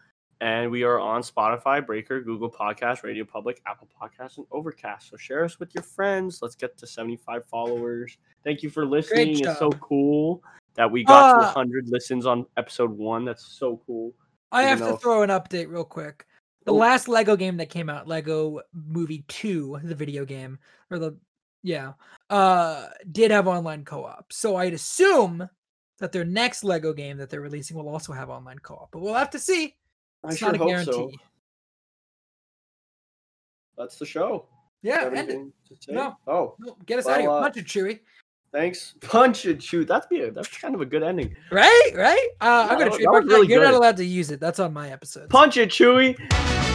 A: And we are on Spotify, Breaker, Google Podcast, Radio Public, Apple Podcasts, and Overcast. So share us with your friends. Let's get to 75 followers. Thank you for listening. It's so
B: job.
A: cool that we got to
B: Uh,
A: 100 listens on episode one. That's so cool.
B: I
A: even
B: have to
A: though-
B: throw an update real quick. The
A: Oh.
B: last Lego game that came out, Lego Movie 2, the video game, or the yeah, uh did have online co-op. So I'd assume that their next Lego game that they're releasing will also have online co-op. But we'll have to see.
A: I
B: It's
A: sure
B: not a
A: hope
B: guarantee.
A: so. That's the show.
B: Yeah,
A: Got
B: end it.
A: anything to say?
B: No.
A: Oh,
B: No, Get us out of here.
A: Well, uh,
B: Punch it, Chewy.
A: thanks. Punch and shoot. That'd be a, that's kind of a good ending.
B: Right?
A: Yeah,
B: Right? Uh, I'm
A: that
B: gonna
A: was- that
B: trademark
A: was
B: that.
A: really
B: You're not
A: good.
B: allowed to use it. That's on my episode.
A: Punch it, Chewy.